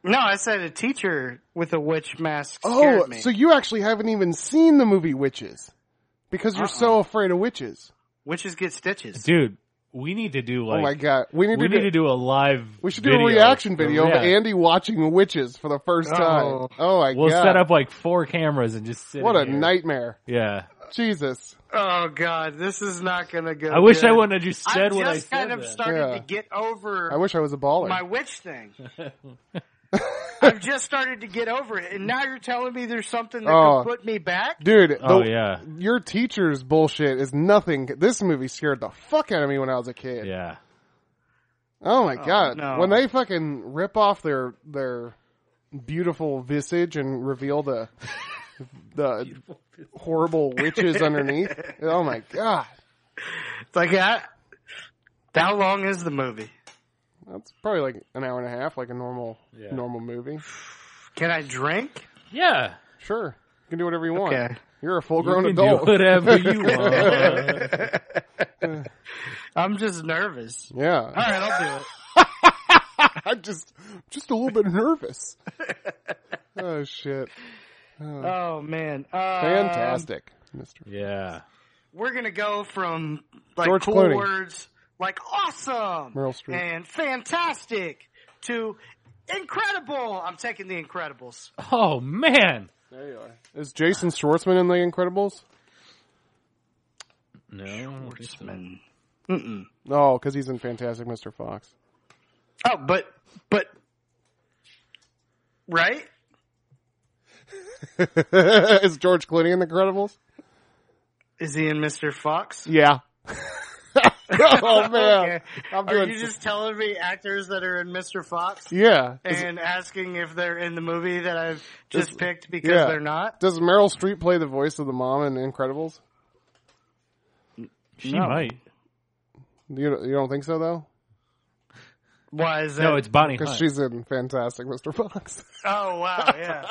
No, I said a teacher with a witch mask scared Oh, me. so you actually haven't even seen the movie Witches because you're Uh-uh. so afraid of witches. Witches get stitches. Dude, we need to do like oh my god, we need we to. need do- to do a live we should do video. a reaction video Yeah. of Andy watching Witches for the first Oh. time. Oh my We'll god! set up like four cameras and just sit what in a here. nightmare! Yeah. Jesus, Oh god, this is not gonna go. I wish good. I wouldn't have just said I've what I just said. kind of then. started Yeah. to get over I wish I was a baller. my witch thing. I've just started to get over it, and now you're telling me there's something that Oh. could put me back. Dude, Oh, the- yeah. your teacher's bullshit is nothing. This movie scared the fuck out of me when I was a kid. Yeah. Oh my god! no. When they fucking rip off their their beautiful visage and reveal the the horrible witches underneath. Oh my god! It's like, I, how long is the movie? That's probably like an hour and a half, like a normal Yeah. normal movie. Can I drink? Yeah. Sure, you can do whatever you want. Okay. You're a full You grown can adult. do whatever you want. I'm just nervous. All Yeah, right, I'll do it. I'm just just a little bit nervous. oh shit! Oh man, uh, Fantastic, Mister. yeah. We're gonna go from like George cool Clooney. words like awesome Meryl Streep. and fantastic to incredible. I'm taking the Incredibles. Oh man. There you are. Is Jason Schwartzman in The Incredibles? No. No, because he's in Fantastic Mr. Fox. Oh, but but right? is George Clooney in The Incredibles? Is he in Mr. Fox? Yeah. oh man, Okay. I'm Are doing. you just telling me actors that are in Mr. Fox yeah. Does, and asking if they're in the movie that I've just Is- picked because yeah. they're not? does Meryl Streep play the voice of the mom in Incredibles? She No. might. You you don't think so though? Why is that? No, it's Bonnie Because Hunt. she's in Fantastic Mr. Fox. oh wow, yeah,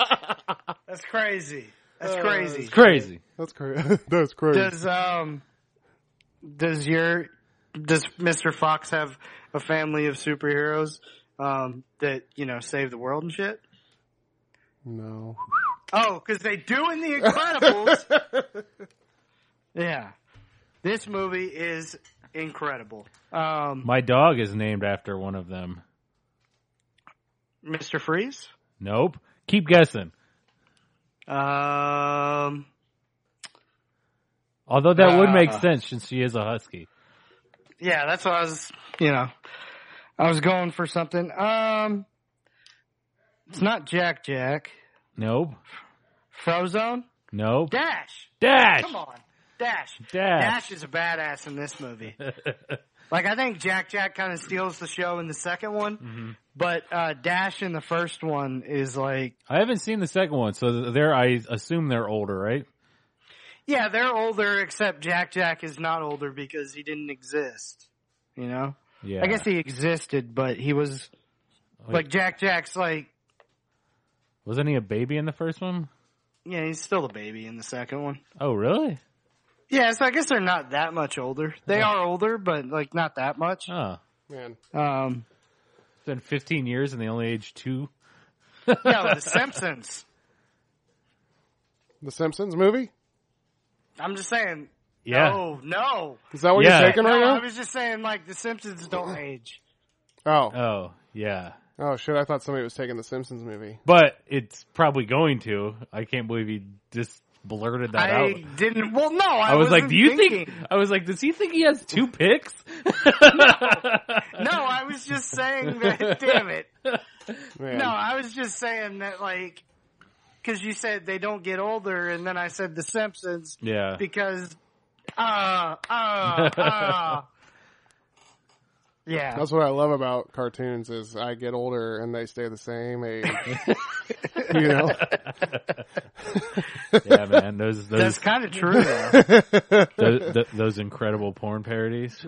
that's crazy. That's crazy. crazy. That's crazy. That's crazy. Does um, does your does Mr. Fox have a family of superheroes um that you know save the world and shit? no. Oh, because they do in The Incredibles. yeah, this movie is incredible. Um, My dog is named after one of them. Mr. Freeze. Nope. Keep guessing. Um, Although that would make Ah. sense since she is a husky. yeah, that's what I was. You know, I was going for something. Um, it's not Jack Jack. Nope. Frozone. Nope. Dash. Dash. Come on, Dash. Dash. Dash is a badass in this movie. like I think Jack Jack kind of steals the show in the second one, Mm-hmm. but uh, Dash in the first one is like, I haven't seen the second one, so they're I assume they're older, right? yeah, they're older. Except Jack Jack is not older because he didn't exist. You know, Yeah. Oh, I guess he existed, but he was like Jack Jack's like, wasn't he a baby in the first one? yeah, he's still a baby in the second one. Oh, really? Yeah, so I guess they're not that much older. They are older, but like not that much. Oh. Man. Um, It's been 15 years and they only aged two. yeah, The Simpsons. The Simpsons movie? I'm just saying. Yeah. No, no. Is that what Yeah. you're taking No, I right was just saying, like the Simpsons don't age. now? Oh. Oh, yeah. Oh shit, I thought somebody was taking the Simpsons movie. But it's probably going to. I can't believe he just blurted that out. I didn't. Well, no, I, I was like, wasn't "Do you thinking. think?" I was like, "Does he think he has two picks?" No, I was just saying that. damn it. Man. No, I was just saying that, like, because you said they don't get older, and then I said the Simpsons yeah, because, uh, uh, uh. Yeah. That's what I love about cartoons is I get older and they stay the same age. you know? yeah, man. Those That's those kind of true, though. those, th- those incredible porn parodies. I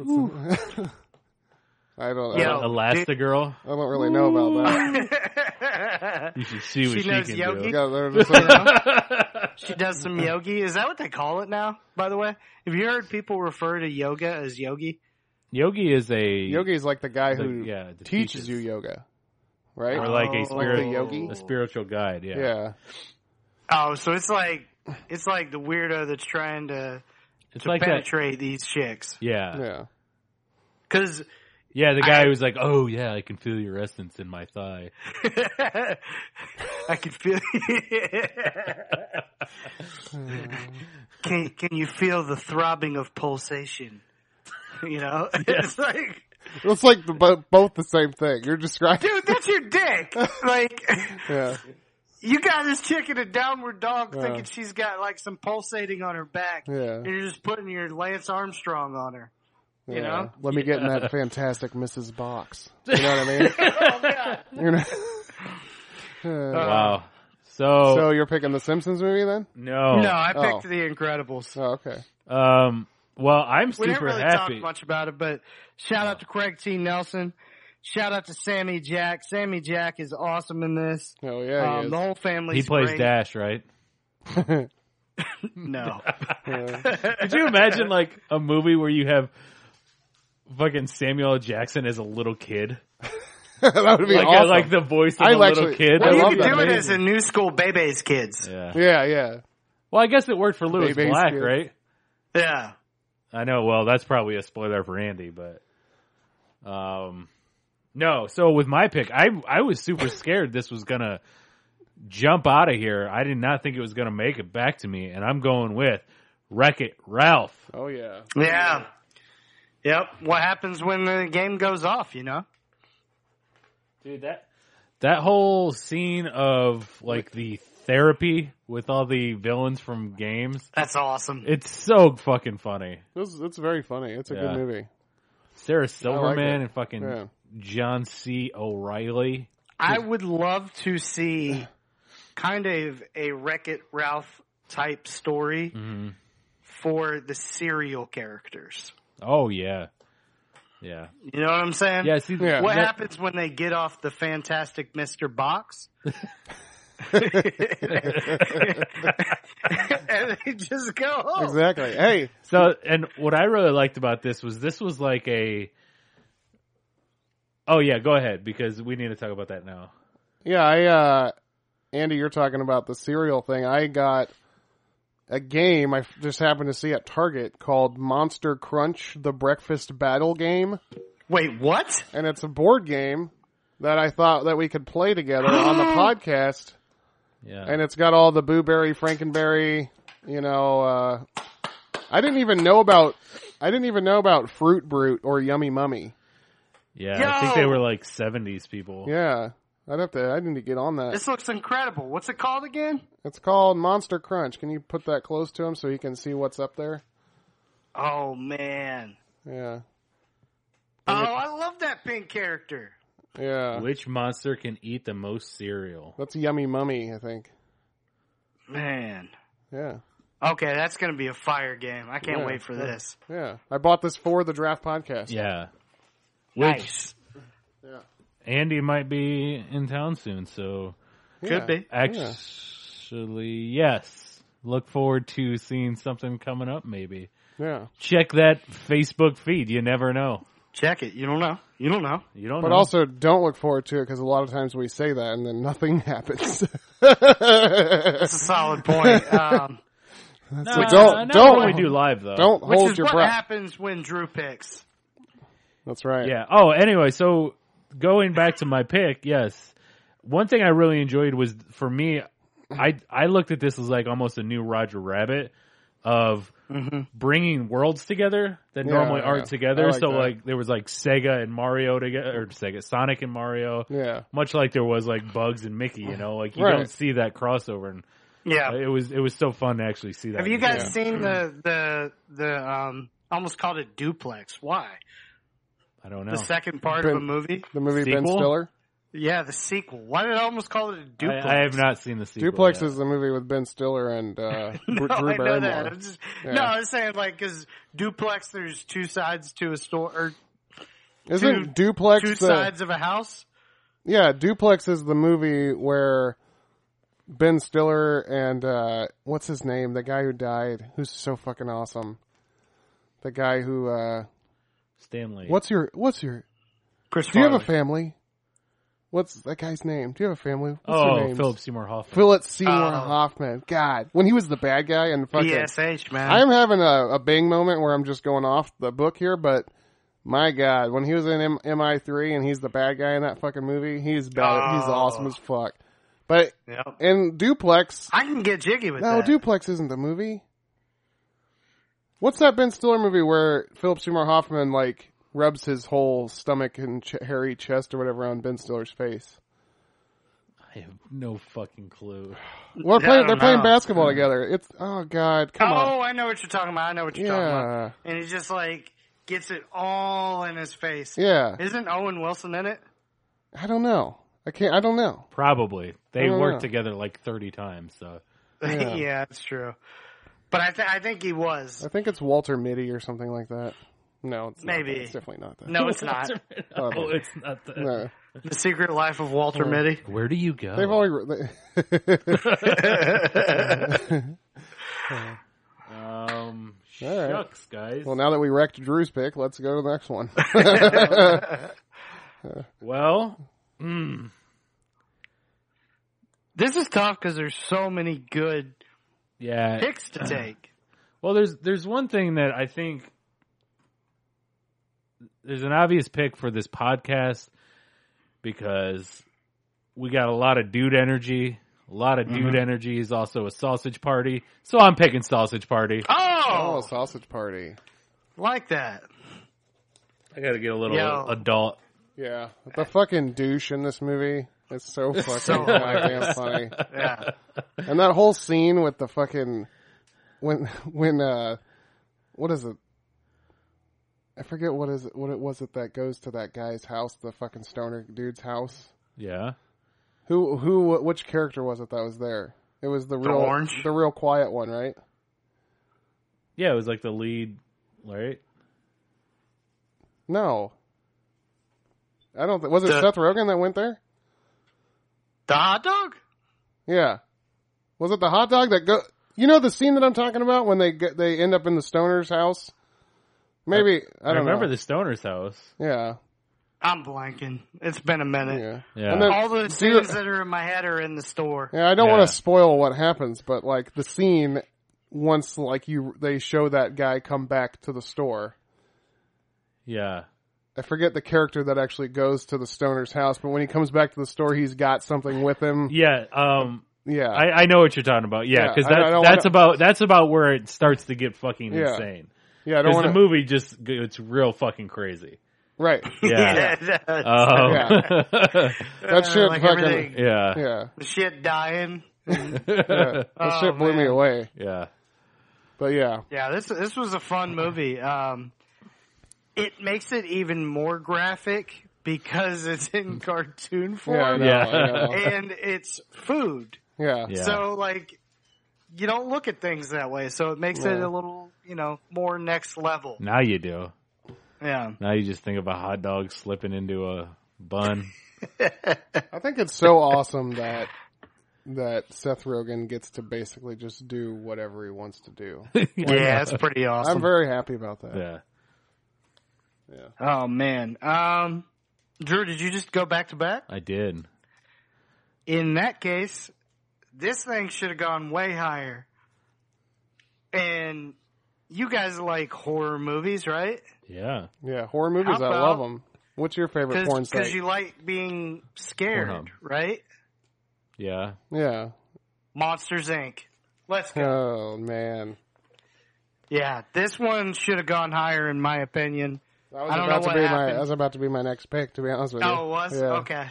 don't I Yeah. don't- Elastigirl. I don't really know about that. You should see what She she, knows can yogi. do. Yeah, they're just like, She does some yogi. Is that what they call it now? By the way, have you heard people refer to yoga as yogi? Yogi is a yogi's like the guy who The- yeah, the teaches, teaches. you yoga, right? or like a Oh. Like the spiritual yogi? a spiritual guide. Yeah. yeah, Oh, so it's like it's like the weirdo that's trying to, it's to like that. penetrate these chicks. Yeah. yeah, yeah. Because The guy who's like, "Oh yeah, I can feel your essence in my thigh." I can feel. can Can you feel the throbbing of pulsation? You know, it's like, It's like the, bo- both the same thing. You're describing. dude, that's your dick. Like, Yeah, you got this chick in a downward dog, Yeah. thinking she's got like some pulsating on her back, Yeah. and you're just putting your Lance Armstrong on her. yeah. You know, Let me get in that fantastic Mrs. Box. You know what I mean? You know? Uh, Wow. So, so you're picking the Simpsons movie then? no, no, I picked Oh. The Incredibles. Oh, okay. Um, well, I'm We didn't super really happy. talk much about it, but shout out to Craig T. Nelson. Shout out to Sammy Jack. Sammy Jack is awesome in this. Oh yeah, he um, is. the whole family. He plays great. Dash, right? No, Yeah. Could you imagine like a movie where you have fucking Samuel L. Jackson as a little kid, that would be like uh, awesome. like the voice of I a little actually- kid? I what love you that can do it movie. as a new school baby's kids. yeah. yeah, yeah. Well, I guess it worked for Lewis Baby's Black, kid. right? Yeah, I know. Well, that's probably a spoiler for Andy, but um, no. So with my pick, I I was super scared this was gonna jump out of here. I did not think it was gonna make it back to me, and I'm going with Wreck It Ralph. Oh yeah. yeah, yep. What happens when the game goes off? You know, dude that that whole scene of like the therapy with all the villains from games that's awesome. it's so fucking funny This it's very funny. It's a Yeah. good movie. sarah it. silverman and fucking Yeah. john c o'reilly I would love to see kind of a Wreck It Ralph type story Mm-hmm. for the serial characters. oh yeah yeah You know what I'm saying? yeah see Yeah. What that- happens when they get off the fantastic Mr. Box? and they just go home. Exactly. Hey, so and what i really liked about this was this was like a oh yeah go ahead because we need to talk about that now Yeah, I uh Andy, you're talking about the cereal thing. I got a game I f- just happened to see at Target called Monster Crunch: The Breakfast Battle Game, Wait, what? and it's a board game that I thought that we could play together on the podcast. yeah And it's got all the blueberry, frankenberry, you know. uh I didn't even know about. I didn't even know about Fruit Brute or Yummy Mummy. yeah i think Yo! they were like 70s people Yeah, I'd have to. I need to get on that. This looks incredible. What's it called again? It's called Monster Crunch. Can you put that close to him so he can see what's up there? Oh man. Yeah. Oh, I love that pink character. Yeah. which monster can eat the most cereal That's Yummy Mummy, I think. Man. Yeah. Okay, that's going to be a fire game. I can't Yeah, wait for this. Yeah. I bought this for the draft podcast. yeah Nice. Andy might be in town soon, so Could be. actually, yes. Look forward to seeing something coming up. Maybe Yeah. check that Facebook feed. You never know. Check it. You don't know. You don't know. You don't. But know. also, don't look forward to it because a lot of times we say that and then nothing happens. so That's a solid point. Um, No, don't- not don't- when we do live though. don't which hold is your what breath. happens when Drew picks. That's right. Yeah. Oh, anyway, so going back to my pick, yes. One thing I really enjoyed was for me, I I looked at this as like almost a new Roger Rabbit of bringing worlds together that Mm-hmm. Yeah, normally yeah. aren't I together. like so that. like there was like Sega and Mario together, or Sega Sonic and Mario, Yeah. much like there was like Bugs and Mickey. You know, like you Right. don't see that crossover, and Yeah. uh, it was it was so fun to actually see that. Have you in guys Yeah. seen the the the um I almost called it duplex? Why? I don't know. The second part of a Been- movie? The movie Ben Sequel? Stiller. Yeah, the sequel. Why did I almost call it a duplex? I, I have not seen the sequel. Duplex yet. is the movie with Ben Stiller and uh, No, Drew I know Barrymore. that. I'm just, No, I was saying like because duplex, there's two sides to a store or Isn't two Duplex two the, sides of a house. Yeah, Duplex is the movie where Ben Stiller and uh, what's his name, the guy who died, who's so fucking awesome. The guy who uh, Stanley. what's your what's your Chris do you have a Farley. family? What's that guy's name? Do you have a family? What's their Oh, names? Philip Seymour Hoffman. Philip Seymour Oh. Hoffman. God, when he was the bad guy and fucking PSH man. I'm having a, a Bing moment where I'm just going off the book here, but my God, when he was in M- MI3 and he's the bad guy in that fucking movie, he's bad. He's Oh. awesome as fuck. But Yep. in Duplex, I can get jiggy with no, that. Duplex isn't the movie. What's that Ben Stiller movie where Philip Seymour Hoffman like rubs his whole stomach and ch- hairy chest or whatever on Ben Stiller's face? I have no fucking clue. Yeah, I Well, they're playing, don't they're playing know. basketball together. It's oh God, come on, oh, I know what you're talking about. I know what you're talking Yeah. about. And he just like gets it all in his face. yeah. Isn't Owen Wilson in it? I don't know. I can't. I don't know. Probably I they don't worked know. together like thirty times. So Yeah. Yeah, that's true. But I, th- I think he was. I think it's Walter Mitty or something like that. No, it's not Maybe. that. It's definitely not that. No, it's not. Oh, no. oh, it's not. The, No. the Secret Life of Walter Mitty. Where do you go? They've already. um, All right. shucks, guys. well, now that we wrecked Drew's pick, let's go to the next one. well, This is tough because there's so many good yeah. picks to take. Well, there's there's one thing that I think there's an obvious pick for this podcast because we got a lot of dude energy. A lot of dude energy is also a sausage party, so I'm picking sausage party. oh, Oh, sausage party! like that. I got to get a little Yo. adult. Yeah, the fucking douche in this movie is so fucking so goddamn funny. Yeah. And that whole scene with the fucking when when uh, what is it? I forget what is it, what it was it that goes to that guy's house, the fucking stoner dude's house. Yeah. Who who which character was it that was there? It was the real orange? the real quiet one, right? Yeah, it was like the lead, right? No. I don't think was it The- Seth Rogen that went there? The hot dog? Yeah. Was it the hot dog that go You know the scene that I'm talking about when they get they end up in the stoner's house? Maybe I, don't remember know. the Stoner's house. Yeah. I'm blanking. It's been a minute. Yeah. Yeah. And then- All the Dude- scenes that are in my head are in the store. Yeah, I don't Yeah. want to spoil what happens, but like the scene once like you they show that guy come back to the store. Yeah. I forget the character that actually goes to the stoner's house, but when he comes back to the store, he's got something with him. Yeah. Um, Yeah. I, I know what you're talking about. Yeah, Uh, Yeah, because I- I that's don't that's wanna- about that's about where it starts to get fucking Yeah. insane. yeah, I don't Because want the movie just g- it's real fucking crazy. Right. Yeah. that's- Um, yeah. That shit like fucking. everything. yeah. Yeah. The shit dying. yeah. That Oh, shit blew me man. away. Yeah. But yeah. Yeah, this this was a fun movie. Um, it makes it even more graphic because it's in cartoon Yeah. I form know, I Yeah. know. and it's food. Yeah. Yeah. So like you don't look at things that way, so it makes it Yeah. a little, you know, more next level. Now you do. Yeah. Now you just think of a hot dog slipping into a bun. I think it's so awesome that that Seth Rogen gets to basically just do whatever he wants to do. Yeah, that's pretty awesome. I'm very happy about that. yeah. oh man. Um Drew, did you just go back to back? I did. In that case, this thing should have gone way higher. And you guys like horror movies, right? Yeah. Yeah, horror movies, How I about- love them. What's your favorite porn Because site? you like being scared, Pornhub. right? Yeah. Yeah. Monsters Inc. Let's go. Oh man, Yeah, this one should have gone higher in my opinion. that was I don't know about to what be my happened. that was about to be my next pick. To be honest with you. Oh, it was? Yeah. Okay.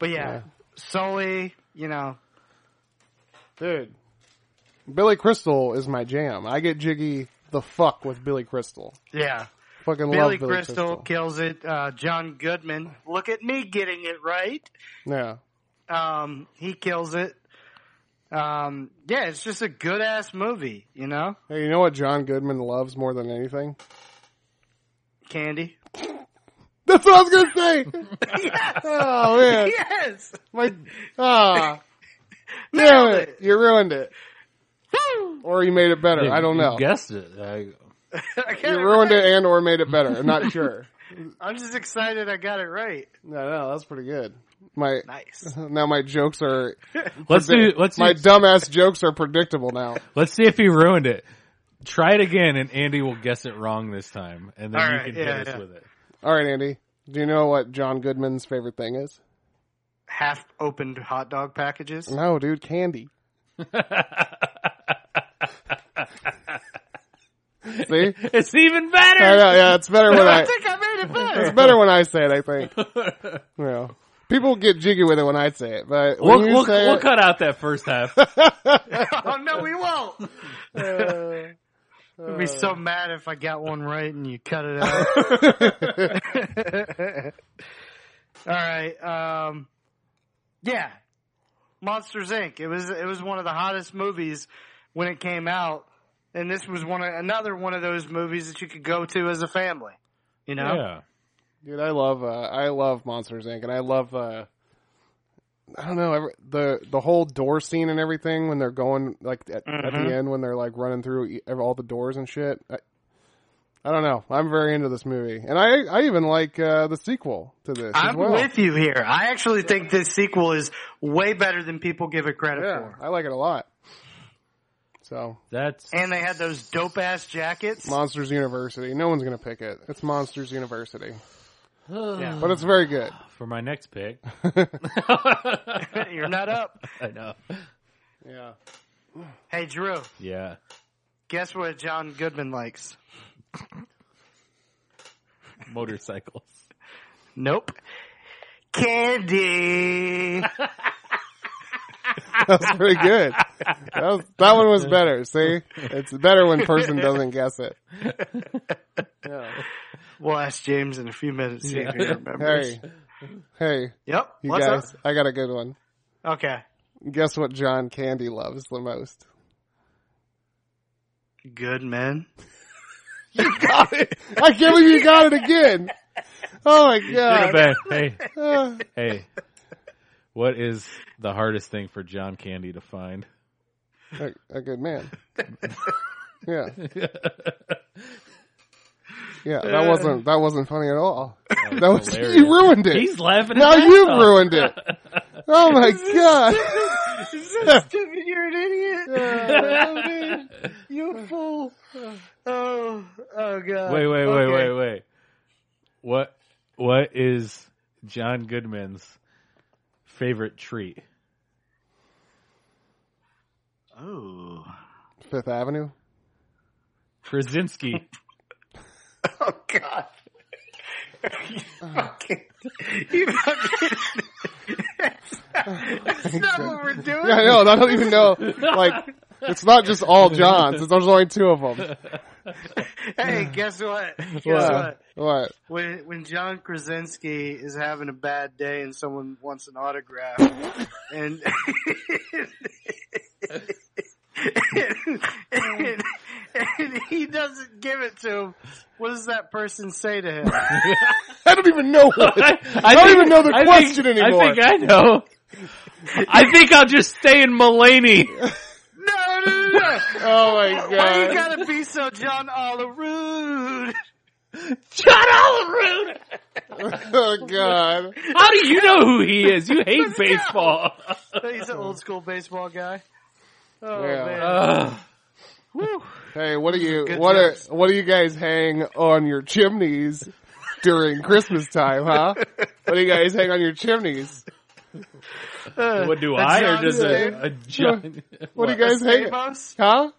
But yeah, Yeah. solely, you know, dude. Billy Crystal is my jam. I get jiggy the fuck with Billy Crystal. yeah. Fucking Billy love Billy Crystal, kills it. Uh, John Goodman, look at me getting it right. Yeah, Um, he kills it. Um, yeah, it's just a good ass movie, you know? hey, you know what John Goodman loves more than anything? Candy. That's what I was gonna say. Oh man, yes. my ah, Nailed damn it. it. you ruined it, or you made it better. I don't You know. You, guessed it. I, I got it ruined right. it and or made it better. I'm not sure. I'm just excited I got it right. No, no, that's pretty good. My Nice. now my jokes are let's do. Let's my do, dumbass jokes are predictable now. Let's see if he ruined it. Try it again, and Andy will guess it wrong this time, and then All you right, can yeah, hit us yeah. with it. All right, Andy. Do you know what John Goodman's favorite thing is? Half opened hot dog packages. No, dude, candy. See, It's even I better. know, yeah, it's better when I I think I made it it's better. better when I say it. I think. You know, people get jiggy with it when I say it, but when We'll, you we'll, say we'll it, cut out that first half. oh no, we won't. Uh, I'd be so mad if I got one right and you cut it out. All right. Um, yeah, Monsters Inc. It was it was one of the hottest movies when it came out, and this was one of, another one of those movies that you could go to as a family. You know, Yeah. dude, I love uh, I love Monsters Inc. and I love uh, I don't know every, the the whole door scene and everything when they're going like at, at Mm-hmm. the end when they're like running through e- all the doors and shit. I, I don't know. I'm very into this movie, and I I even like uh, the sequel to this. as I'm well. with you here. I actually think this sequel is way better than people give it credit Yeah, for. I like it a lot. So, That's And they had those dope ass jackets. Monsters University. No one's gonna pick it. It's Monsters University, Yeah. but it's very good. for my next pick. You're not up. I know. Yeah. Hey Drew, Yeah. guess what John Goodman likes? Motorcycles. Nope. Candy. That was pretty good. That, was, that one was better. See, it's better when person doesn't guess it. Yeah. we'll ask James in a few minutes. See if he remembers. Hey, hey, Yep. you What's guys! I got a good one. up? Okay. Guess what John Candy loves the most? Good man. I can't believe you got it again. Oh my god! Hey, hey, Uh, hey. What is the hardest thing for John Candy to find? a, Ah, a good man. Yeah. Yeah, that wasn't that wasn't funny at all. That was hilarious. you ruined it. He's laughing. now at that you stuff. ruined it. Oh my god. Stupid, you're an idiot. You fool. Oh, oh god. Wait, wait, wait, Okay. wait, wait. What? What is John Goodman's favorite treat? Oh. Fifth Avenue. Krasinski. Oh god. you fucking. You fucking. That's not what we're doing. Yeah, I know. and I don't even know. Like, it's not just all Johns. It's, there's only two of them. Hey, guess what? Guess what? What? When when John Krasinski is having a bad day and someone wants an autograph, and and, and- and he doesn't give it to him, what does that person say to him? I don't even know what. I, don't even know the question think, anymore. I think I know. I think I'll just stay in Mulaney. no, no, no, no. Oh my Why you god. gotta be so John all rude? John Olerud! Oh god. How do you know who he is? You hate baseball. He's an old school baseball guy. Oh Yeah. Uh, man. Ugh. Woo. Hey, what do you Good what are, jokes. what do you guys hang on your chimneys during Christmas time, huh? What do you guys hang on your chimneys? what do A I or John does a, Stamos? a John? What, do you guys hang? Stamos? Huh?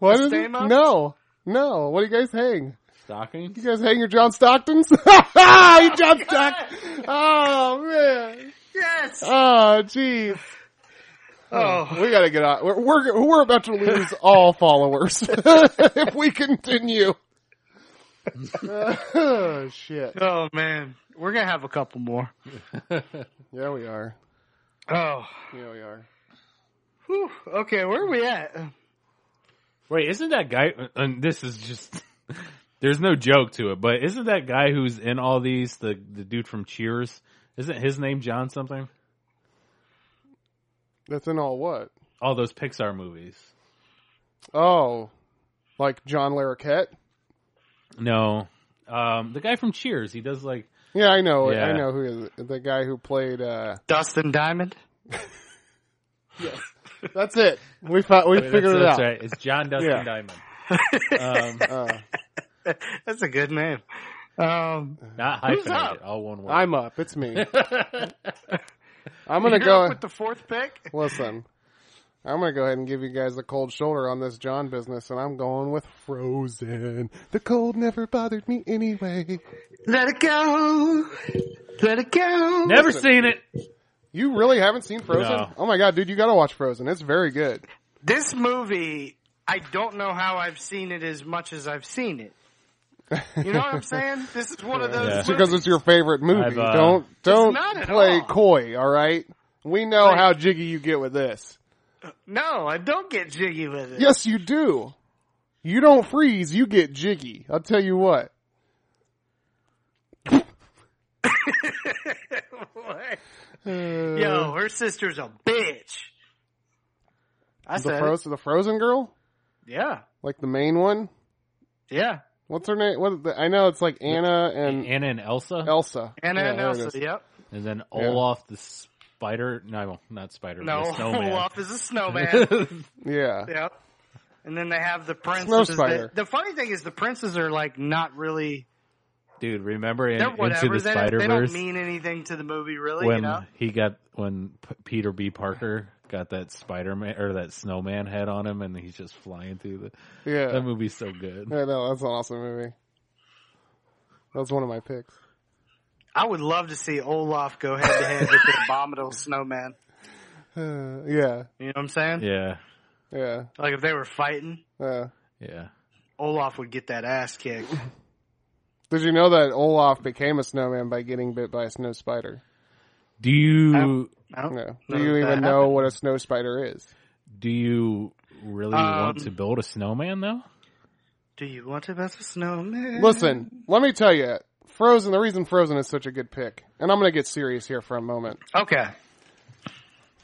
What is it? Stamos? No. No. What do you guys hang? Stockings? You guys hang your John Stocktons? you John Stockton. Oh man. Yes. Oh jeez. Oh. We gotta get out. We're, we're we're about to lose all followers if we continue. oh shit! Oh man. We're gonna have a couple more. Yeah, we are. Oh. Yeah, we are. Whew. Okay, where are we at? Wait, isn't that guy? And this is just. There's no joke to it, but isn't that guy who's in all these the the dude from Cheers? Isn't his name John something? That's in all what? All those Pixar movies. Oh, like John Larroquette. No, um, the guy from Cheers. He does like Yeah, I know. Yeah. I know who is the guy who played. Uh, Dustin Diamond. that's it. We fi- we that's- figured it that's out. right. It's John Dustin Yeah. Diamond. Um, Uh, That's a good name. Um, not Who's hyphenated. up? All one word. I'm up. It's me. I'm you're gonna go. up with the fourth pick. Listen, I'm gonna go ahead and give you guys the cold shoulder on this John business, and I'm going with Frozen. The cold never bothered me anyway. Let it go. Let it go. Never seen it. You really haven't seen Frozen? No. Oh my god, dude, you gotta watch Frozen. It's very good. This movie, I don't know how I've seen it as much as I've seen it. You know what I'm saying? This is one of those. Yeah. It's because it's your favorite movie. I've, uh, don't not don't at play all. coy. All right, we know how jiggy you get with this. No, I don't get jiggy with it. Yes, you do. You don't freeze. You get jiggy. I'll tell you what. What? Yo, Mm-hmm. her sister's a bitch. I The said, it. Frozen, the Frozen girl, yeah, like the main one. yeah. What's her name? What? The, I know it's like Anna and Anna and Elsa, Elsa. And Yeah, then there it Elsa, is. yep. and then Olaf the spider. No, not spider. No, the snowman. Olaf is a snowman. Yeah. yep. And then they have the Snow princes. spider. that- the funny thing is, the princes are like not really. Dude, remember in They're Into whatever. the They don't, Spider they don't Verse mean anything to the movie, really. when you know. he got when P- Peter B. Parker got that Spider Man or that Snowman head on him, and he's just flying through the. yeah, That movie's so good. yeah. No, that's an awesome movie. That's one of my picks. I would love to see Olaf go head to head with the abominable snowman. Uh, yeah, You know what I'm saying? Yeah, yeah, Like if they were fighting, yeah. yeah. Olaf would get that ass kicked. Did you know that Olaf became a snowman by getting bit by a snow spider? Do you Um, I don't No. know Do you that even happened. know what a snow spider is? do you really want Um, to build a snowman though? Do you want to mess with snowman? Listen, let me tell you, Frozen. The reason Frozen is such a good pick, and I'm going to get serious here for a moment. Okay.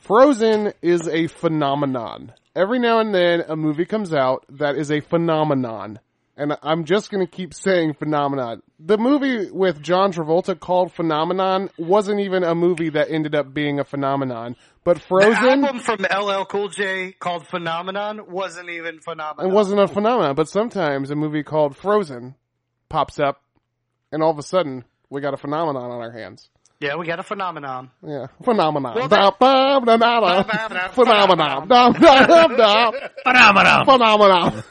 Frozen is a phenomenon. Every now and then, a movie comes out that is a phenomenon, and I'm just going to keep saying phenomenon. The movie with John Travolta called Phenomenon wasn't even a movie that ended up being a phenomenon, but The Frozen. album from LL Cool J called Phenomenon wasn't even it phenomenon. wasn't a phenomenon, but sometimes a movie called Frozen pops up, and all of a sudden we got a phenomenon on our hands. Yeah, we got a phenomenon. Yeah, phenomenon, Well, Da- that- ba- ba- da- da. Phenomenon. phenomenon, Da- da- da- da. Phenomenal. phenomenon.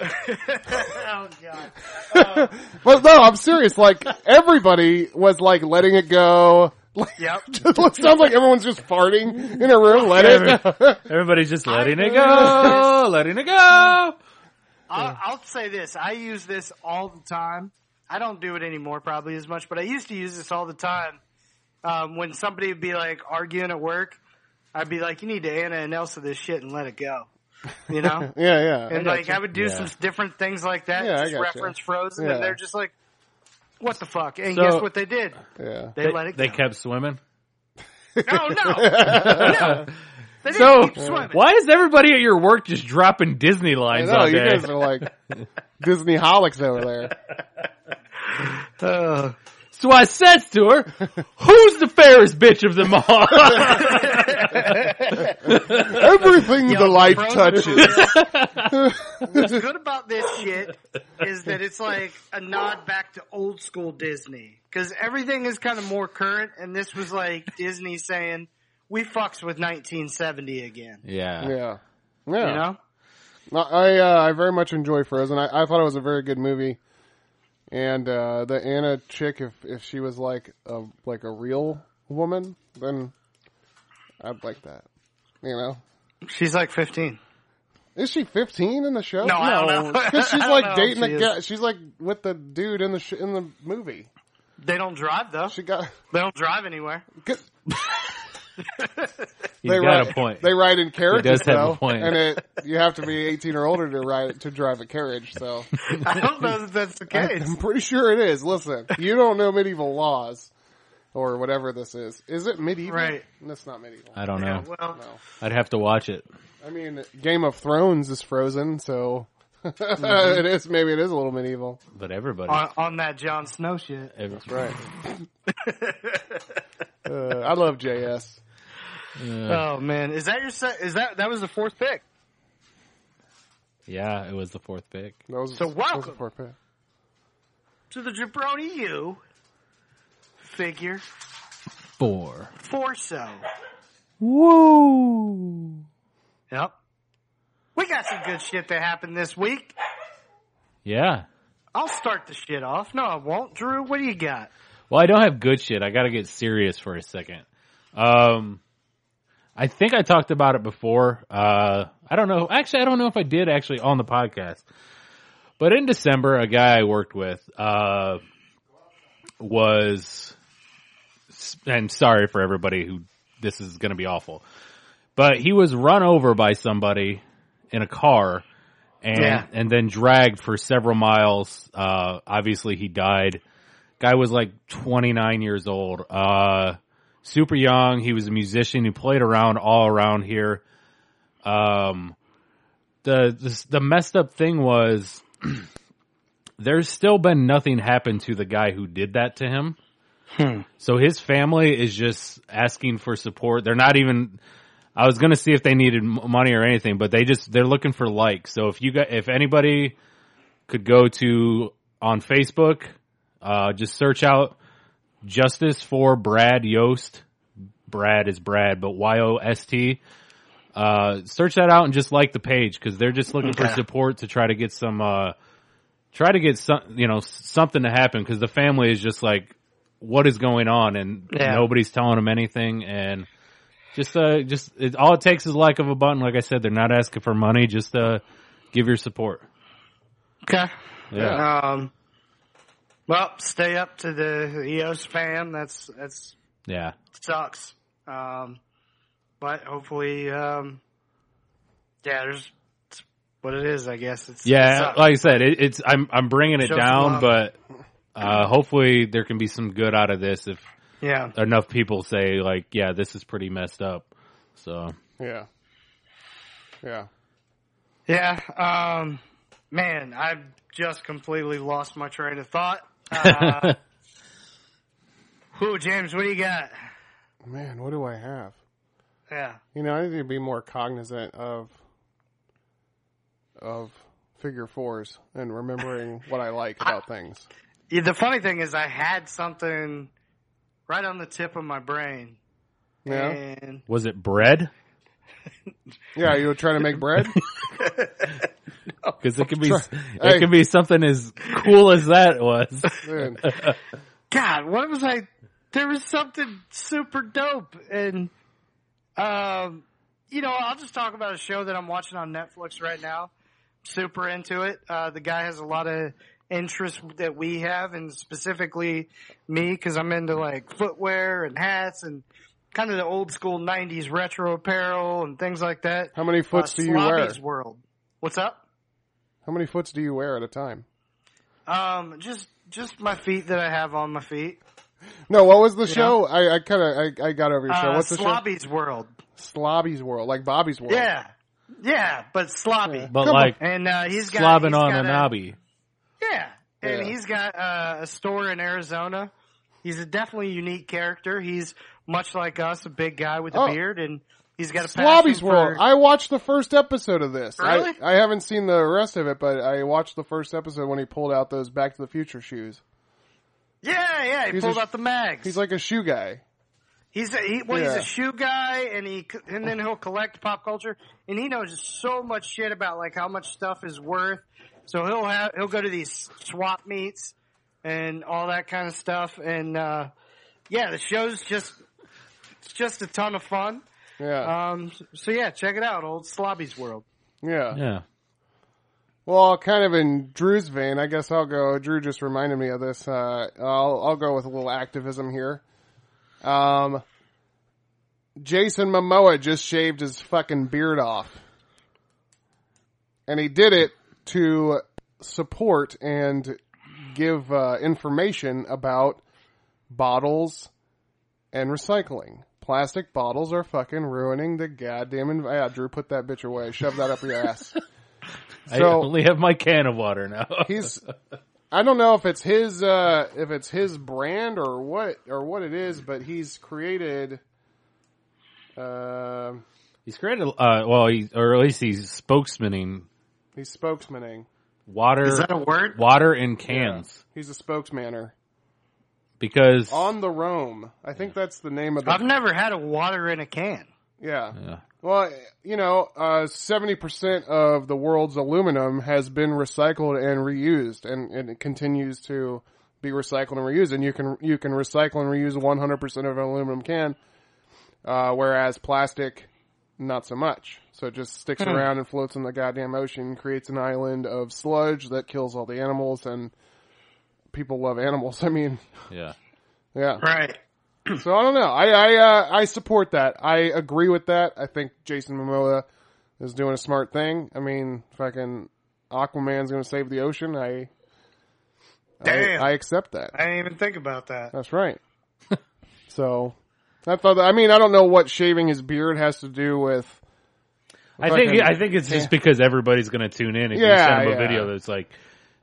Oh god. But no, I'm serious. Like everybody was like letting it go. Like, Yep. it sounds like everyone's just farting in a room. Let it. go. Everybody's just letting it go, letting it go. I'll, I'll say this. I use this all the time. I don't do it anymore probably as much, but I used to use this all the time. Um, when somebody would be like arguing at work, I'd be like, you need to Anna and Elsa this shit and let it go. You know? yeah, yeah. and like I would do Yeah. some different things like that, Yeah, I just gotcha. reference Frozen, Yeah. and they're just like, "What the fuck?" And So- guess what they did? yeah. They, let it They go. kept swimming. no, no, no. They didn't So keep swimming. why is everybody at your work just dropping Disney I lines know all you day? guys are like Disney holics over there. Uh, So I said to her, "Who's the fairest bitch of them all?" Everything the light Frozen touches. What's good about this shit is that it's like a nod back to old school Disney because everything is kind of more current, and this was like Disney saying, "We fucks with 1970 again." yeah. Yeah. Yeah. You know? No, I uh, I very much enjoy Frozen. I, I thought it was a very good movie, and uh, the Anna chick, if if she was like a like a real woman, then I'd like that. You know, She's like 15. is she fifteen in the show? No, I don't know. because she's I don't like know if dating she the is. guy. She's like with the dude in the sh- in the movie. They don't drive though. She got They don't drive anywhere. get- He's got a point. They ride in carriages have a though, point. and it you have to be 18 or older to ride to drive a carriage. So I don't know that that's the I, case. am pretty sure it is. Listen, you don't know medieval laws or whatever this is. Is it medieval? Right. That's not medieval. I don't know. Well, No. I'd have to watch it. I mean, Game of Thrones is frozen, so Mm-hmm. it is. Maybe it is a little medieval. But everybody, on, on that Jon Snow shit. every, Right. uh, I love JS. Oh man, is that your se- is that that was the fourth pick? yeah, it was the fourth pick. That was, So that was a welcome. poor pick. to the jabroni you figure Four. for so. Woo! Yep. We got some good shit that happened this week. Yeah. I'll start the shit off. No, I won't. Drew, what do you got? Well, I don't have good shit. I got to get serious for a second. Um, I think I talked about it before. Uh, I don't know. Actually, I don't know if I did actually on the podcast. But in December, a guy I worked with uh, was, and sorry for everybody who this is going to be awful, but he was run over by somebody in a car. And, Yeah. and then dragged for several miles. Uh, obviously he died guy was like 29 years old uh super young he was a musician who played around all around here um the the, the messed up thing was there's still been nothing happened to the guy who did that to him so his family is just asking for support they're not even I was gonna see if they needed m- money or anything, but they just they're looking for likes. So if you got if anybody could go to on Facebook, uh, just search out Justice for Brad Yost. Brad is Brad, but Y O S T. Uh, search that out and just like the page because they're just looking for Okay. support to try to get some, uh, try to get some, you know, s- something to happen because the family is just like, what is going on? And Yeah. nobody's telling them anything. And just, uh, just, it, all it takes is like of a button. Like I said, they're not asking for money. Just, uh, give your support. Okay. Yeah. Um, well, stay up to the EOS fan. That's that's Yeah. sucks. Um, but hopefully, um, yeah, there's it's what it is. I guess it's it Yeah, sucks. like I said, it, it's I'm I'm bringing it Show some down, love. but uh, hopefully there can be some good out of this if yeah. enough people say like, yeah, this is pretty messed up. So Yeah. Yeah. Yeah. Um, man, I've just completely lost my train of thought. Uh, who, James? What do you got? Man, what do I have? Yeah. You know, I need to be more cognizant of of figure fours and remembering what I like about things. Yeah, The funny thing is, I had something right on the tip of my brain, Yeah. and was it bread? Yeah, you would try to make bread? Because it could be Hey. it could be something as cool as that was. Man, God, what was I? There was something super dope, and um, you know, I'll just talk about a show that I'm watching on Netflix right now. Super into it. Uh, the guy has a lot of interest that we have, and specifically me because I'm into like footwear and hats and kind of the old school '90s retro apparel and things like that. How many foots uh, do you wear? Slavi's World. What's up? How many foots do you wear at a time? Um, just just my feet that I have on my feet. No, what was the show? I, I kind of I, I got over your show. Uh, What's the Slobby's World. show? Slobby's World, like Bobby's World. Yeah, yeah, but sloppy. But Come like and uh, he's got slobbing he's on got a knobby. Yeah, and Yeah. he's got uh, a store in Arizona. He's a definitely unique character. He's much like us, a big guy with a Oh. beard, and he's got a passion Slobby's for- World. I watched the first episode of this. Really? I, I haven't seen the rest of it, but I watched the first episode when he pulled out those Back to the Future shoes. yeah, yeah. He He's pulled a- out the mags. He's like a shoe guy. He's a, he, well, Yeah. he's a shoe guy, and he c- and then he'll collect pop culture, and he knows so much shit about like how much stuff is worth. So he'll have he'll go to these swap meets and all that kind of stuff, and uh, yeah, the show's just it's just a ton of fun. Yeah. Um, so yeah, check it out, old Slobby's World. yeah. Yeah. Well, kind of in Drew's vein, I guess I'll go. Drew just reminded me of this. Uh, I'll I'll go with a little activism here. Um, Jason Momoa just shaved his fucking beard off. And he did it to support and give uh, information about bottles and recycling. Plastic bottles are fucking ruining the goddamn. Env- yeah, Drew, put that bitch away. Shove that up your ass. I only have my can of water now. he's I don't know if it's his uh if it's his brand or what or what it is, but he's created uh, He's created, uh, well, he, or at least he's spokesmaning he's spokesmaning. water, Is that a word? water in cans He's a spokesmaner. because On the Rome. I think that's the name of the I've never had a water in a can. yeah. Yeah. Well, you know, uh seventy percent of the world's aluminum has been recycled and reused and, and it continues to be recycled and reused and you can you can recycle and reuse one hundred percent of an aluminum can. uh, whereas plastic, not so much. So it just sticks around and floats in the goddamn ocean, creates an island of sludge that kills all the animals, and people love animals. I mean, yeah, yeah. Right. So I don't know. I I, uh, I support that. I agree with that. I think Jason Momoa is doing a smart thing. I mean, fucking Aquaman's going to save the ocean. I Damn. I, I accept that. I didn't even think about that. That's right. so I thought that, I mean, I don't know what shaving his beard has to do with. I think fucking- I think it's just because everybody's going to tune in. If you Yeah, send him a yeah. video that's like,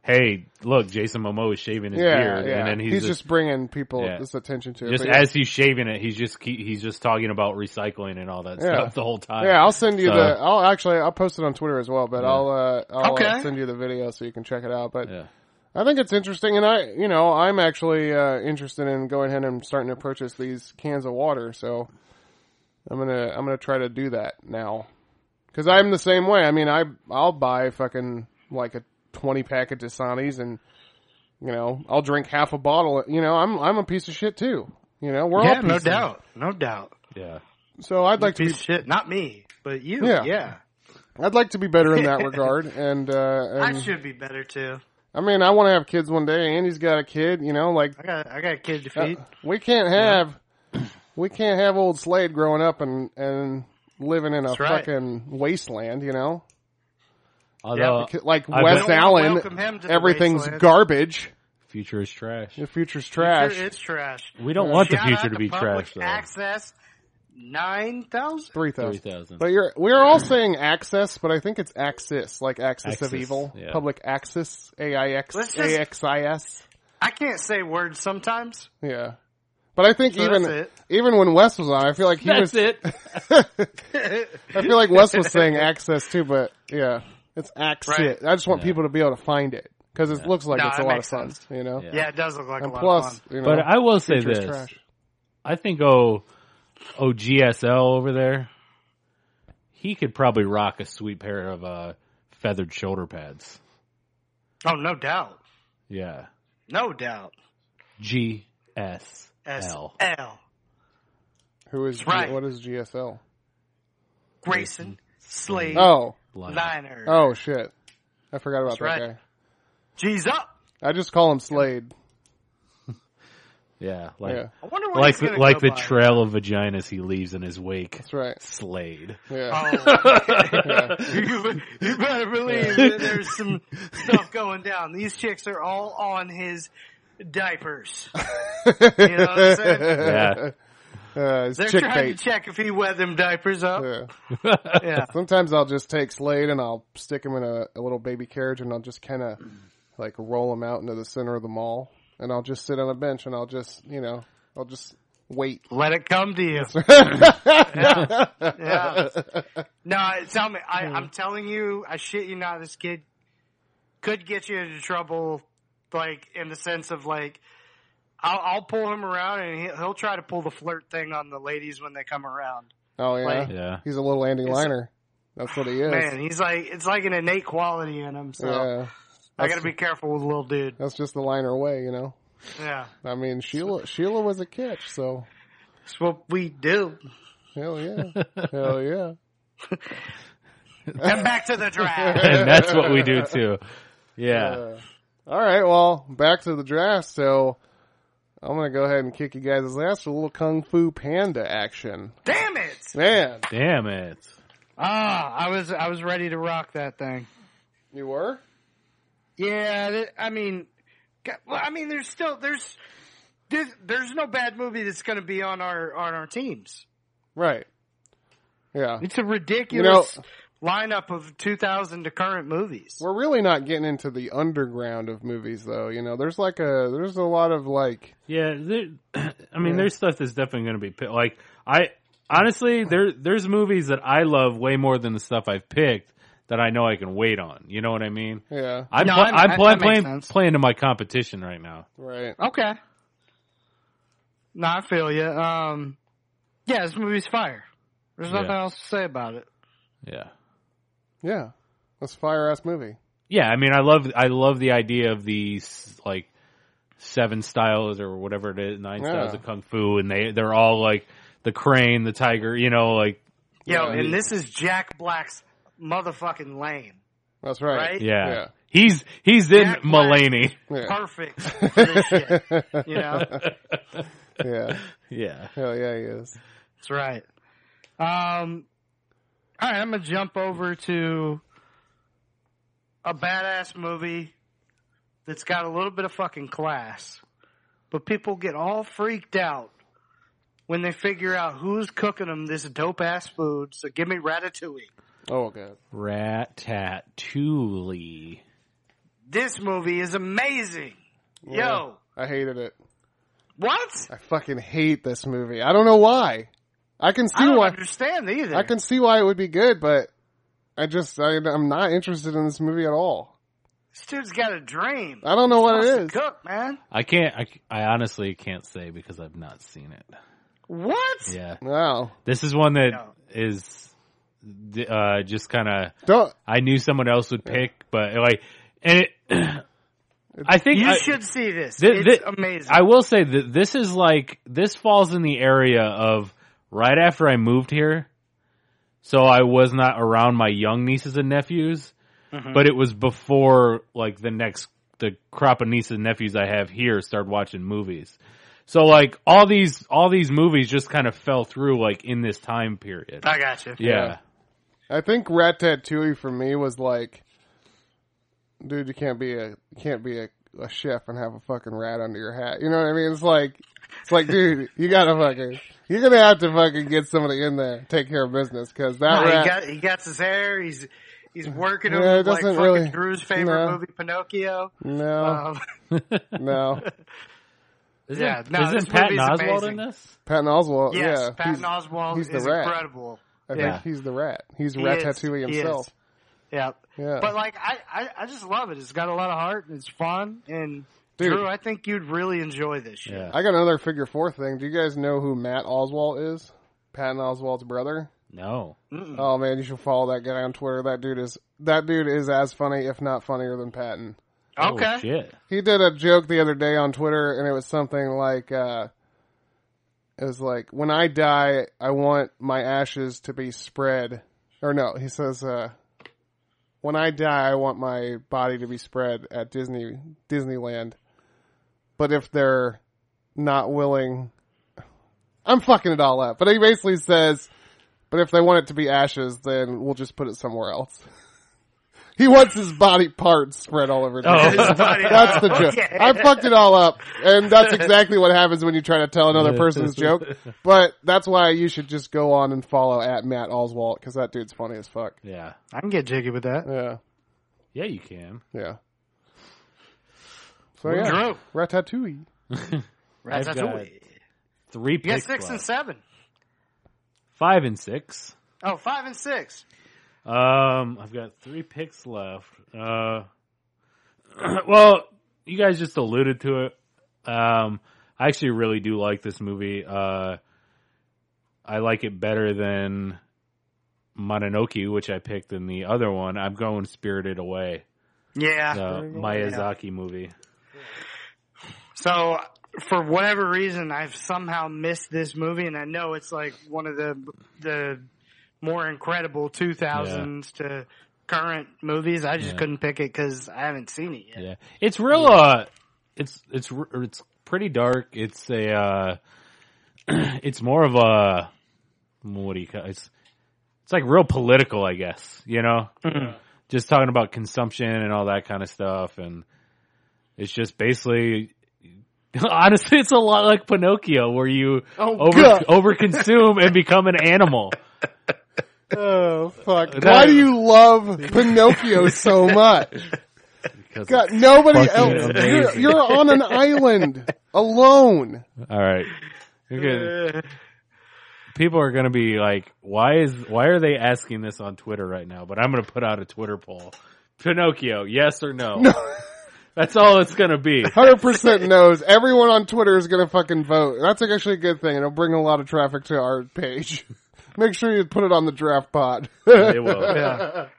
"Hey, look, Jason Momoa is shaving his Yeah, beard," yeah. and then he's, he's just, just bringing people Yeah. this attention to. it, just but yeah. as he's shaving it, he's just he, he's just talking about recycling and all that Yeah. stuff the whole time. yeah, I'll send you uh, So- the. I'll actually I'll post it on Twitter as well, but I'll uh, I'll uh, Okay. send you the video so you can check it out. But Yeah. I think it's interesting, and I you know I'm actually uh, interested in going ahead and starting to purchase these cans of water. So I'm gonna I'm gonna try to do that now because I'm the same way. I mean I I'll buy fucking like a 20 pack of Dasani's and you know I'll drink half a bottle. You know I'm I'm a piece of shit too. You know we're yeah, all no pieces- doubt. No doubt. yeah. So I'd like to Piece be of shit. Not me, but you. Yeah. Yeah. I'd like to be better in that regard, and, uh, Um, I and should be better too. I mean, I want to have kids one day. Andy's got a kid, you know. Like I got I got a kid to uh, feed. we can't have we can't have old Slade growing up and and living in a That's right. fucking wasteland, you know. Although Ki- Like Uh, I West don't Allen, welcome him to the everything's wasteland. garbage. future is trash. The future's trash. Sure, It's trash. We don't want the Shout out future to be public trash though. Access nine thousand. Three Three thousand. thousand. But you're we're all saying access, but I think it's axis, like axis, Axis, of evil, yeah. public axis, A I X Let's just- A X I S. I can't say words sometimes. Yeah. But I think So that's even it. even when Wes was on, I feel like he That's was. it. I feel like Wes was saying access too, but yeah, it's access. Right. I just want people to be able to find it because it looks like No, it's a that lot of makes fun, sense. you know. Yeah. Yeah, it does look like And a lot plus, of fun. you know, But I will say future's this: trash. I think oh, oh GSL over there, he could probably rock a sweet pair of uh, feathered shoulder pads. Oh, no doubt, Yeah, no doubt. S GSL. L Who is That's right. what is GSL? Grayson Slade Oh, Line. Liner. oh shit! I forgot That's about that right. guy. G's up. I just call him Slade. Yeah, like yeah, I wonder what like he's the, gonna like go the by. trail of vaginas he leaves in his wake. that's right. Slade. Yeah, Oh, yeah. you, you better believe that there's some stuff going down. These chicks are all on his diapers. You know what I'm saying? Yeah. Uh, it's They're chick trying bait. to check if he wet them diapers up. Yeah. Yeah. Sometimes I'll just take Slade and I'll stick him in a, a little baby carriage and I'll just kind of like roll him out into the center of the mall and I'll just sit on a bench and I'll just, you know, I'll just wait. Let it come to you. yeah. yeah. No, tell me. I, Hmm. I'm telling you, I shit you not, this kid could get you into trouble, like, in the sense of, like, I'll, I'll pull him around and he'll, he'll try to pull the flirt thing on the ladies when they come around. Oh yeah. Like- Yeah. He's a little Andy It's- Liner. That's what he is. Man, he's like, it's like an innate quality in him, so yeah. I gotta be careful with little dude. That's just the Liner way, you know? Yeah. I mean, Sheila, Sheila was a catch, so That's what we do. hell yeah. hell yeah. And back to the draft. and that's what we do too. Yeah. Uh, All right. Well, back to the draft. So, I'm gonna go ahead and kick you guys' ass with a little Kung Fu Panda action. Damn it! Man, Damn it. Ah, I was I was ready to rock that thing. you were? Yeah, th- I mean, God- well, I mean, there's still there's there's, there's no bad movie that's going to be on our on our teams. Right. Yeah. It's a ridiculous You lineup of 2000 to current movies. We're really not getting into the underground of movies though, you know. There's like a there's a lot of like Yeah, there, I mean, there's stuff that's definitely going to be pi- like I honestly there there's movies that I love way more than the stuff I've picked that I know I can wait on. You know what I mean? yeah, I'm No, pl- I'm- I'm I- pl- that makes playing sense. playing to my competition right now. right. Okay. No, I feel you. Um, yeah, this movie's fire. There's nothing Yeah. else to say about it. Yeah, Yeah. That's a fire ass movie. yeah. I mean, I love I love the idea of these like seven styles or whatever it is, nine styles Yeah. of kung fu, and they they're all like the crane, the tiger. You know, like Yo, Yeah. and this is Jack Black's motherfucking lane. That's right. Right? yeah, Yeah. he's he's in Jack Black. Mulaney. Yeah. Perfect for this shit. You know? yeah. Yeah, Hell yeah, he is. That's right. Um, all right, I'm gonna jump over to a badass movie that's got a little bit of fucking class, but people get all freaked out when they figure out who's cooking them this dope ass food. So give me Ratatouille. Oh god. rat tat toolie. This movie is amazing. Yeah. Yo, I hated it. what? I fucking hate this movie. I don't know why. I can see I don't why understand either. I can see why it would be good, but I just I, I'm not interested in this movie at all. This dude's got a dream. I don't know what Wants it to is. cook, man. I can't. I, I honestly can't say because I've not seen it. What? Yeah, Wow. this is one that No. is uh, just kind of. Don't I knew someone else would pick, but like, and it, I think You I, should see this. Thi- it's thi- amazing. I will say that this is like this falls in the area of right after I moved here, so I was not around my young nieces and nephews, Mm-hmm. but it was before like the next the crop of nieces and nephews I have here started watching movies. So like all these all these movies just kind of fell through like in this time period. I got you. Yeah. I think Rat Ratatouille for me was like, dude, you can't be a you can't be a, a chef and have a fucking rat under your hat. You know what I mean? It's like it's like, dude, you gotta fucking you're gonna have to fucking get somebody in there and take care of business because No, that rat. he got he got his hair. He's he's working Yeah, him it like doesn't fucking really- Drew's favorite no. movie, Pinocchio. no, Um, no, Isn't, Yeah, no, isn't this Patton movie's Oswald amazing. in this? Patton Oswald. yes, Oh, yeah, Patton he's- Oswald he's the is rat. incredible. I yeah. think he's the rat. He's He Rat is. Ratatouille He himself. is. Yeah. Yeah. But like I, I, I just love it. It's got a lot of heart and it's fun and Dude. Drew, I think you'd really enjoy this shit. Yeah. I got another figure four thing. Do you guys know who Matt Oswald is? Patton Oswald's brother. No. Oh man, you should follow that guy on Twitter. That dude is that dude is as funny, if not funnier than Patton. okay. Oh, shit. He did a joke the other day on Twitter, and it was something like, uh, "It was like when I die, I want my ashes to be spread." Or no, he says, uh, "When I die, I want my body to be spread at Disney Disneyland." But if they're not willing, I'm fucking it all up. But he basically says, "But if they want it to be ashes, then we'll just put it somewhere else." he wants his body parts spread all over. Oh, Disney. Oh. That's the joke. Okay. I fucked it all up, and that's exactly what happens when you try to tell another person's joke. But that's why you should just go on and follow at Matt Oswalt because that dude's funny as fuck. Yeah. I can get jiggy with that. Yeah, Yeah, you can. yeah. So yeah, Drew. Ratatouille. I've got Ratatouille. Three You got picks. six and left. seven. Five and six. Oh, five and six. Um, I've got three picks left. Uh, well, you guys just alluded to it. Um, I actually really do like this movie. Uh, I like it better than Mononoke, which I picked in the other one. I'm going Spirited Away, Yeah. the Miyazaki movie. So for whatever reason, I've somehow missed this movie, and I know it's like one of the the more incredible 2000s to current movies. I just Yeah. couldn't pick it because I haven't seen it yet. Yeah, it's real. Uh, it's it's r- it's pretty dark. It's a, uh, it's more of a, what do you call it's, it's like real political, I guess, you know? Mm-hmm. Just talking about consumption and all that kind of stuff. And it's just basically, honestly, it's a lot like Pinocchio where you Oh, God. over, overconsume and become an animal. Oh fuck! Why do you love Pinocchio so much? Because- God, nobody Fucking else. You're, amazing. you're on an island alone. All right. You're Uh, good. people are going to be like, why is why are they asking this on Twitter right now? But I'm going to put out a Twitter poll. Pinocchio, yes or no? That's all it's going to be. Hundred percent knows. Everyone on Twitter is gonna fucking vote. That's like actually a good thing. It'll bring a lot of traffic to our page. Make sure you put it on the draft pod. They will. Yeah.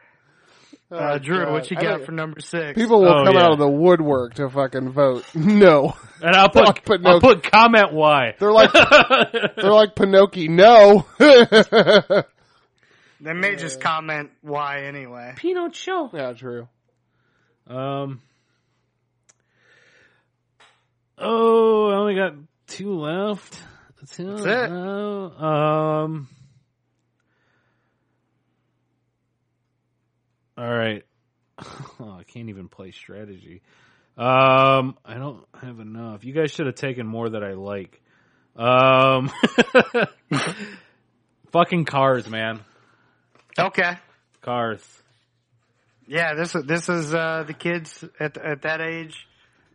Uh, Drew, what you Oh, I got think for number six? People will Oh, come yeah. out of the woodwork to fucking vote. No, And I'll Fuck put Pinocchio. I'll put comment why. they're like they're like Pinocchio. No, they may just comment why anyway. Pinocchio. yeah, true. Um Oh, I only got two left. Two That's it. left. Um All right. Oh, I can't even play strategy. Um, I don't have enough. You guys should have taken more that I like. Um, fucking cars, man. Okay. Cars. Yeah, this this is uh, the kids at at that age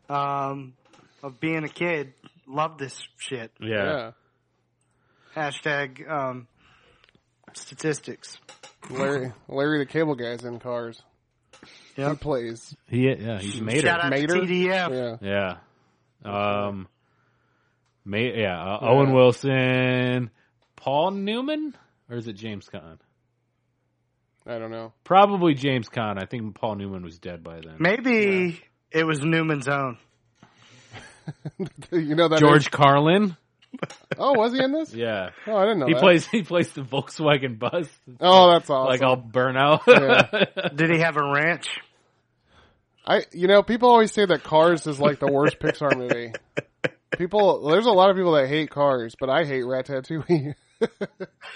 um, of being a kid love this shit. yeah. Hashtag um, statistics. yeah. Larry, Larry the Cable Guy's in cars. He Yep. plays. He, yeah, he's made it. Shout out Mater? to TDF. Yeah. Yeah. Um. May yeah, uh, Owen Wilson, Paul Newman, or is it James Caan? I don't know. Probably James Caan. I think Paul Newman was dead by then. Maybe it was Newman's own. You know that George Carlin. is- Oh, was he in this? Yeah, Oh, I didn't know. he that. plays he plays the Volkswagen bus. Oh, that's awesome. Like all burn out. Did he have a ranch? I, you know, people always say that Cars is like the worst Pixar movie. People, there's a lot of people that hate Cars, but I hate Ratatouille.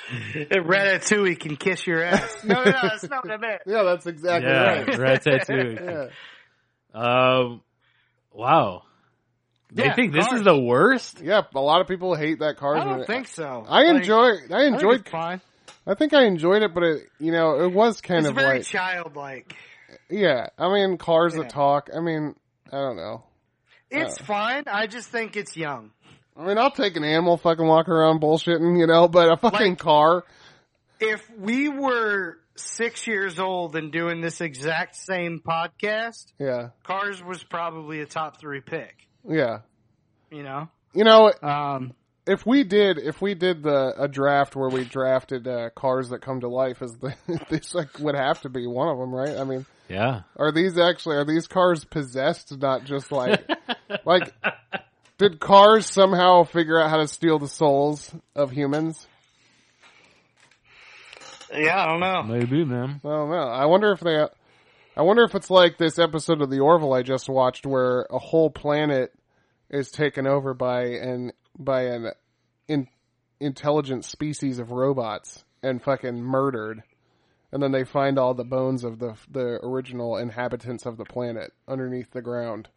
Ratatouille can kiss your ass. No, no, no, that's not what I meant. yeah, that's exactly yeah, right. Ratatouille. Um, wow. They Yeah, think this Cars. is the worst. Yeah, a lot of people hate that Cars I don't movie. think so. I Like, enjoy, I I think enjoyed, it's fine. I think I enjoyed it, but it, you know, it was kind It's of very like, childlike. yeah. I mean, Cars Yeah. that talk. I mean, I don't know. It's fine. I just think it's young. I mean, I'll take an animal fucking walk around bullshitting, you know, but a fucking Like- car. If we were six years old and doing this exact same podcast, Yeah. Cars was probably a top three pick. Yeah. You know, You know, um, if we did if we did the a draft where we drafted uh, cars that come to life as the this like would have to be one of them right i mean Yeah. are these actually are these cars possessed not just like like did cars somehow figure out how to steal the souls of humans yeah, I don't know. Maybe, man. i don't know i wonder if they i wonder if it's like this episode of the orville i just watched where a whole planet is taken over by an by an in, intelligent species of robots and fucking murdered, and then they find all the bones of the the original inhabitants of the planet underneath the ground.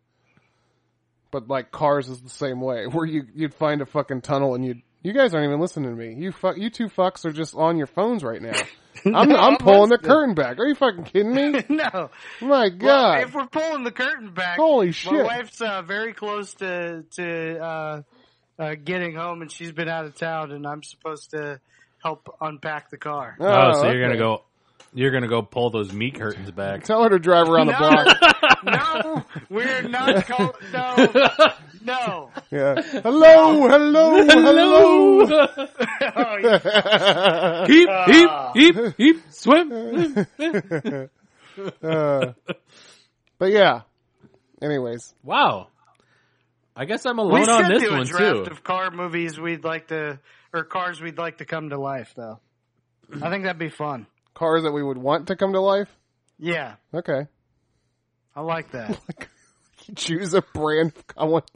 But like cars is the same way, where you you'd find a fucking tunnel and you you guys aren't even listening to me. You fuck you two fucks are just on your phones right now. I'm I'm pulling the curtain back. Are you fucking kidding me? no, My god. Well, if we're pulling the curtain back, Holy My shit. wife's uh, very close to to uh, uh, getting home, and she's been out of town, and I'm supposed to help unpack the car. Oh, so you're gonna okay. go, you're gonna go pull those meat curtains back. Tell her to drive around the No. block. no, we're not. Call- no, no. Yeah. Hello, hello, hello. Oh, yeah. Heap, heap, Ah. heap, heap, swim. Uh, but yeah. Anyways, Wow. I guess I'm We alone should on this do a one draft too. of car movies we'd like to, or cars we'd like to come to life, though. I think that'd be fun. cars that we would want to come to life. Yeah, Okay. I like that. Choose a brand. I want.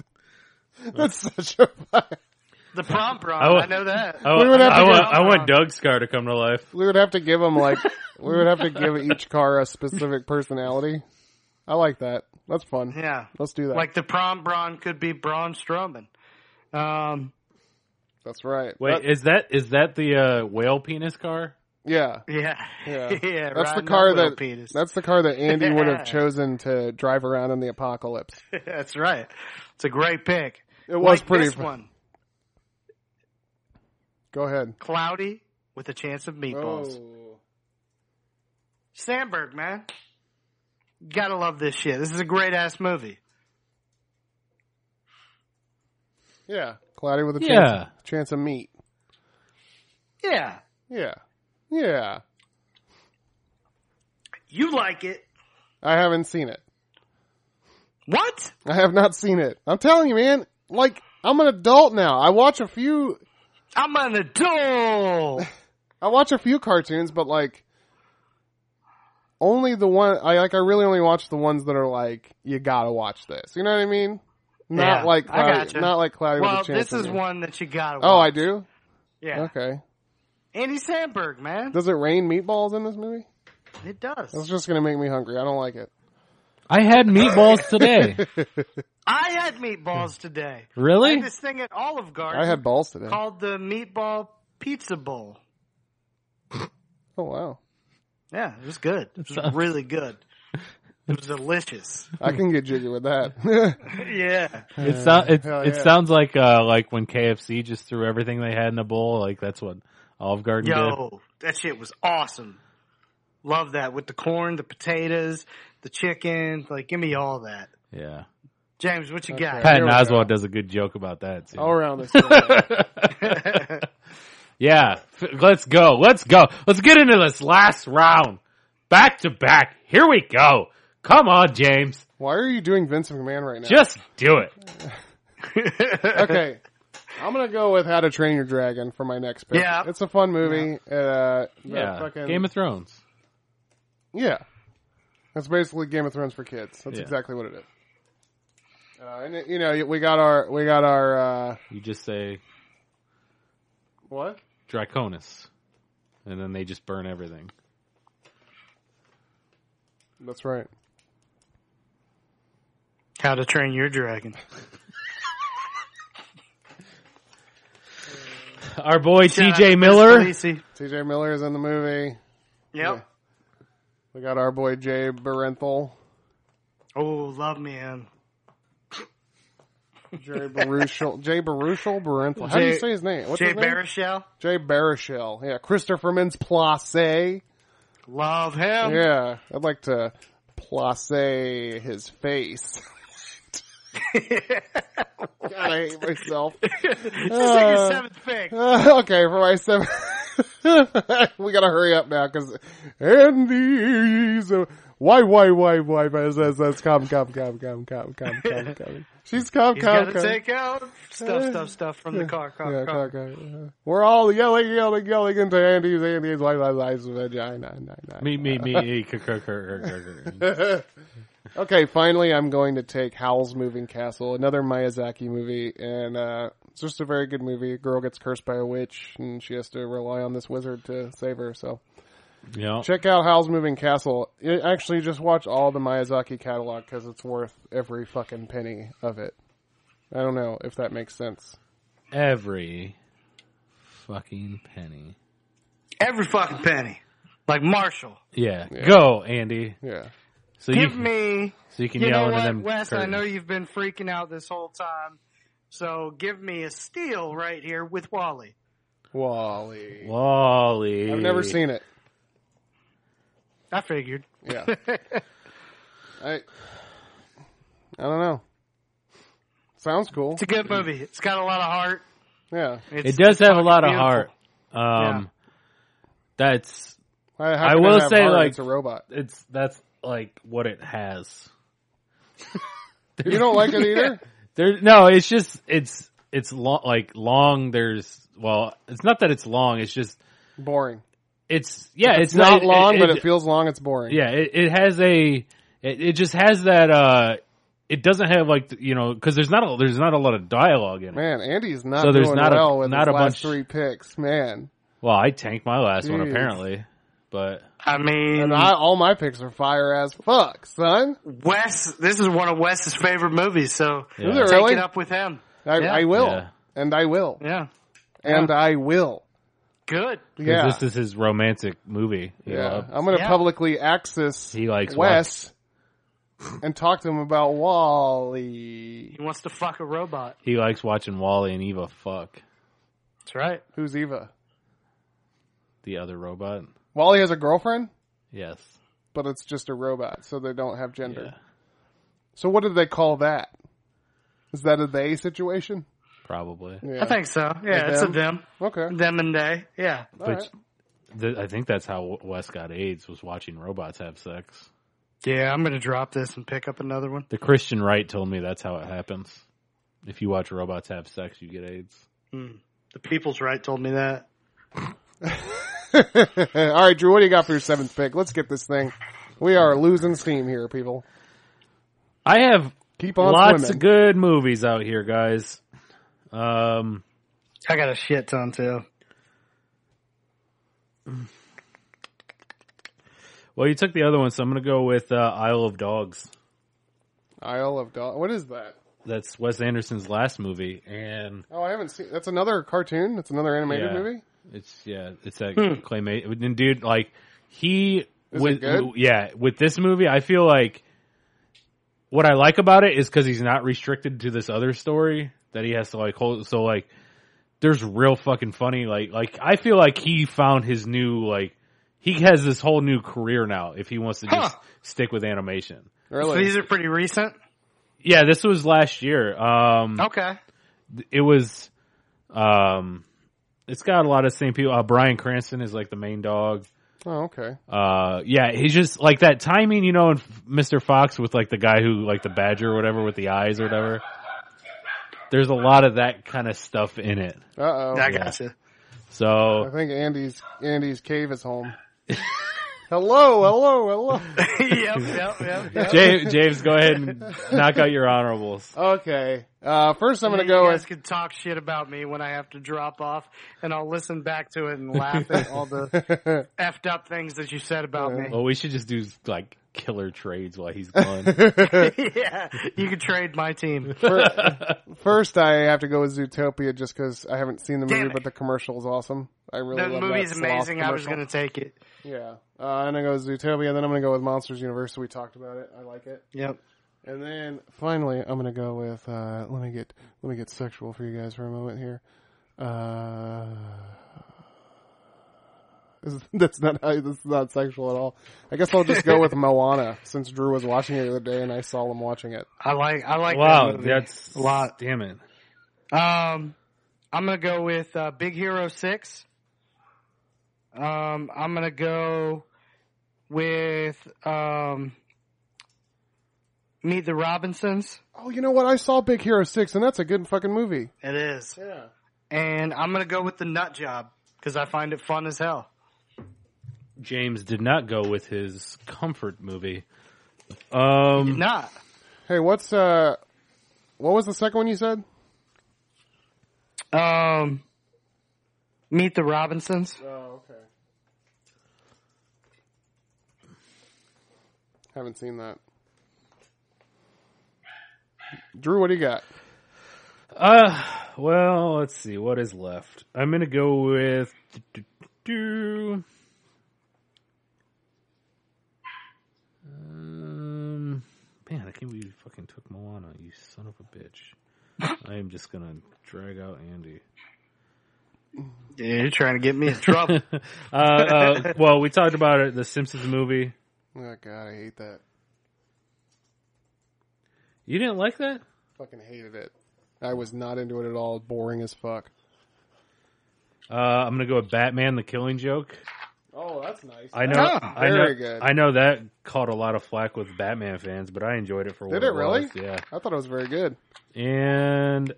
That's such a. The prom prom. I I wa- know that. I, We would have Oh, I to want, go- I want Doug's car to come to life. We would have to give them like we would have to give each car a specific personality. I like that. That's fun. Yeah. Let's do that. Like the prom brawn could be Braun Strowman. Um, That's right. Wait, That- is that is that the uh, whale penis car? yeah, yeah. yeah. that's the riding car on little that penis. that's the car that Andy would Yeah. have chosen to drive around in the apocalypse. That's right. It's a great pick. It was Like pretty This fun. one Go ahead. cloudy with a chance of meatballs. Oh. Sandberg, man, gotta love this shit. This is a great ass movie. Yeah, cloudy with a Yeah. chance, chance of meat. Yeah, Yeah, yeah. you like it. I haven't seen it. What? I have not seen it. I'm telling you, man. Like I'm an adult now. I watch a few. I'm an adult. I watch a few cartoons, but like only the one. I like. I really only watch the ones that are like you gotta watch this. You know what I mean? Not Yeah, like I cloudy, gotcha. not like cloudy well, with a chance. this of is Meat. one that you gotta. Oh, watch. I do. Yeah, Okay. Andy Sandberg, man, Does it rain meatballs in this movie? it does. That's just gonna make me hungry. I don't like it. I had meatballs today. I had meatballs today. I really? had this thing at Olive Garden I had balls today. called the Meatball Pizza Bowl. Oh wow. Yeah, it was good. It was really good. It was delicious. I can get jiggy with that. yeah. It, so, it, hell it yeah. sounds like uh, like when KFC just threw everything they had in a bowl. Like that's what Olive Garden did. Yo, that shit was awesome. Love that with the corn, the potatoes, the chicken. Like, give me all that. Yeah, James, what you got? Patton we go. Oh, Oswald does a good joke about that. Too. All around this. world. Yeah, f- let's go. Let's go. Let's get into this last round. Back to back. Here we go. Come on, James. Why are you doing Vince McMahon right now? Just do it. okay. I'm gonna go with How to Train Your Dragon for my next pick. Yeah. it's a fun movie. Uh, Yeah. fucking- Game of Thrones. yeah. That's basically Game of Thrones for kids. That's Yeah. exactly what it is. Uh, and it- you know we got our we got our uh, You just say what? Draconis. And then they just burn everything. That's right. How to train your dragon. Our boy Shout out to TJ Miss Miller. Felici. T.J. Miller is in the movie. Yep. We got our boy Jay Barenthal, Oh, love me him. Jay Baruchel, Jay Baruchel Barenthal. How do you Jay- say his name? What's Jay his name? Baruchel. Jay Baruchel. Yeah, Christopher Mintz Plasse. Love him. Yeah, I'd like to plasse his face. God, I hate myself. This is your Uh, seventh pick. uh, okay, for my seven. we gotta hurry up now because Andy's a why why why why why says that's come come come come come come come come. She's come He's come got come. to take out stuff, stuff, stuff from the car, car, Yeah, car. come, come. Uh, We're all yelling, yelling, yelling into Andy's, Andy's, why, why, why, vagina, nine, nine. Me, me, me. eh, cur- cur- cur- cur- cur- cur. Okay, finally, I'm going to take Howl's Moving Castle, another Miyazaki movie, and uh, it's just a very good movie. A girl gets cursed by a witch, and she has to rely on this wizard to save her. So Yeah. check out Howl's Moving Castle. It, actually, just watch all the Miyazaki catalog because it's worth every fucking penny of it. I don't know if that makes sense. Every fucking penny. Every fucking penny. Like Marshall. Yeah. Go, Andy. Yeah, So Give you me so you can You yell know into what, them. Wes? I curtains. know you've been freaking out this whole time, so give me a steal right here with Wally. Wally. Wally. I've never seen it. I figured. Yeah, I. I don't know. Sounds cool. It's a good movie. It's got a lot of heart. Yeah, It's, It does have a lot of beautiful. heart. Um, that's I, I will say, like- it's a robot. it's that's like what it has. You don't like it either? There, no, it's just it's it's long, like long. There's well, it's not that it's long. It's just boring. it's yeah. It's, It's not long, but it, it feels long. It's boring. yeah. It, it has a it, it just has that uh it doesn't have like you know because there's not a, there's not a lot of dialogue in it. Man, Andy's not So there's doing not a- well with not his a bunch- last three picks, man. Well, I tanked my last one Jeez. apparently, but I mean, Mm. And I, all my picks are fire as fuck, son. Wes. This is one of Wes's favorite movies, so Yeah. Is it take really? it up with him. I, Yeah. I will, Yeah. and I will, Yeah, and I will. good. 'cause Yeah, this is his romantic movie. you yeah. know. I'm gonna Yeah. publicly access He likes Wes and talk to him about Wally. He wants to fuck a robot. He likes watching Wally and Eva fuck That's right. Who's Eva? the other robot. Wally has a girlfriend, Yes. but it's just a robot, so they don't have gender. Yeah. So what did they call that? Is that a they situation? Probably. Yeah. I think so. Yeah, With it's them? a them, Okay. them and they. Yeah, All but right. th- I think that's how Wes got AIDS was watching robots have sex. yeah. I'm gonna drop this and pick up another one. The Christian right told me that's how it happens. If you watch robots have sex, you get AIDS. The People's Right told me that. All right, Drew, what do you got for your seventh pick? Let's get this thing. We are losing steam here, people. I have Keep on lots swimming. of good movies out here, guys. Um, I got a shit ton too. well, you took the other one, so I'm going to go with uh, Isle of Dogs. Isle of Dog. What is that? That's Wes Anderson's last movie, and Oh, I haven't seen. That's another cartoon. That's another animated Yeah. movie. it's yeah, it's that claymation. And dude, like he Hmm. Is with it good? yeah with this movie, I feel like what I like about it is because he's not restricted to this other story that he has to like hold. So like, there's real fucking funny. Like like I feel like he found his new like he has this whole new career now if he wants to just Huh. stick with animation. So Really? these are pretty recent. Yeah, this was last year. Um, Okay. it was um it's got a lot of same people uh, brian cranston is like the main dog Oh, okay. uh yeah he's just like that timing you know in mr fox with like the guy who like the badger or whatever with the eyes or whatever there's a lot of that kind of stuff in it Uh oh. I gotcha. I so think Andy's Andy's cave is home. hello, hello, hello. yep, yep, yep. yep. james, james go ahead and knock out your honorables Okay. Uh, first, I'm gonna you go guys with. can talk shit about me when I have to drop off, and I'll listen back to it and laugh at all the effed up things that you said about me. Oh. well we should just do like killer trades while he's gone yeah, you could trade my team. First, I have to go with Zootopia just because I haven't seen the Damn movie, it. but the commercial is awesome. I really The love movie that is sloth amazing. I was commercial. going to take it. Yeah. Uh, I'm going to go with Zootopia, then I'm going to go with Monsters University. We talked about it. I like it. Yep. And then finally, I'm going to go with, uh, let me get, let me get sexual for you guys for a moment here. Uh, is- that's not, how- that's not sexual at all. I guess I'll just go with Moana since Drew was watching it the other day and I saw him watching it. I like. I like. wow that movie that's a lot. damn it Um, I'm going to go with uh, Big Hero Six. Um, I'm going to go with um, Meet the Robinsons. Oh, you know what? I saw Big Hero 6 and that's a good fucking movie. It is. Yeah. and I'm gonna go with the nut job because I find it fun as hell. james did not go with his comfort movie um Not Hey, what's, uh, what was the second one you said? um, meet the Robinsons. Oh, okay. Haven't seen that. Drew, what do you got? Uh, well, let's see what is left. I'm gonna go with. Um, man, I can't believe you fucking took Moana, you son of a bitch. I am just gonna drag out Andy. Yeah, you're trying to get me in trouble. Uh, uh, well, we talked about it, the Simpsons movie. Oh god, I hate that. You didn't like that? Fucking hated it. I was not into it at all. Boring as fuck. Uh, I'm gonna go with Batman: The Killing Joke. Oh, that's nice. I know, Ah, I know, very good. I know that caught a lot of flack with Batman fans, but I enjoyed it for what Did it really? was. Yeah. I thought it was very good. and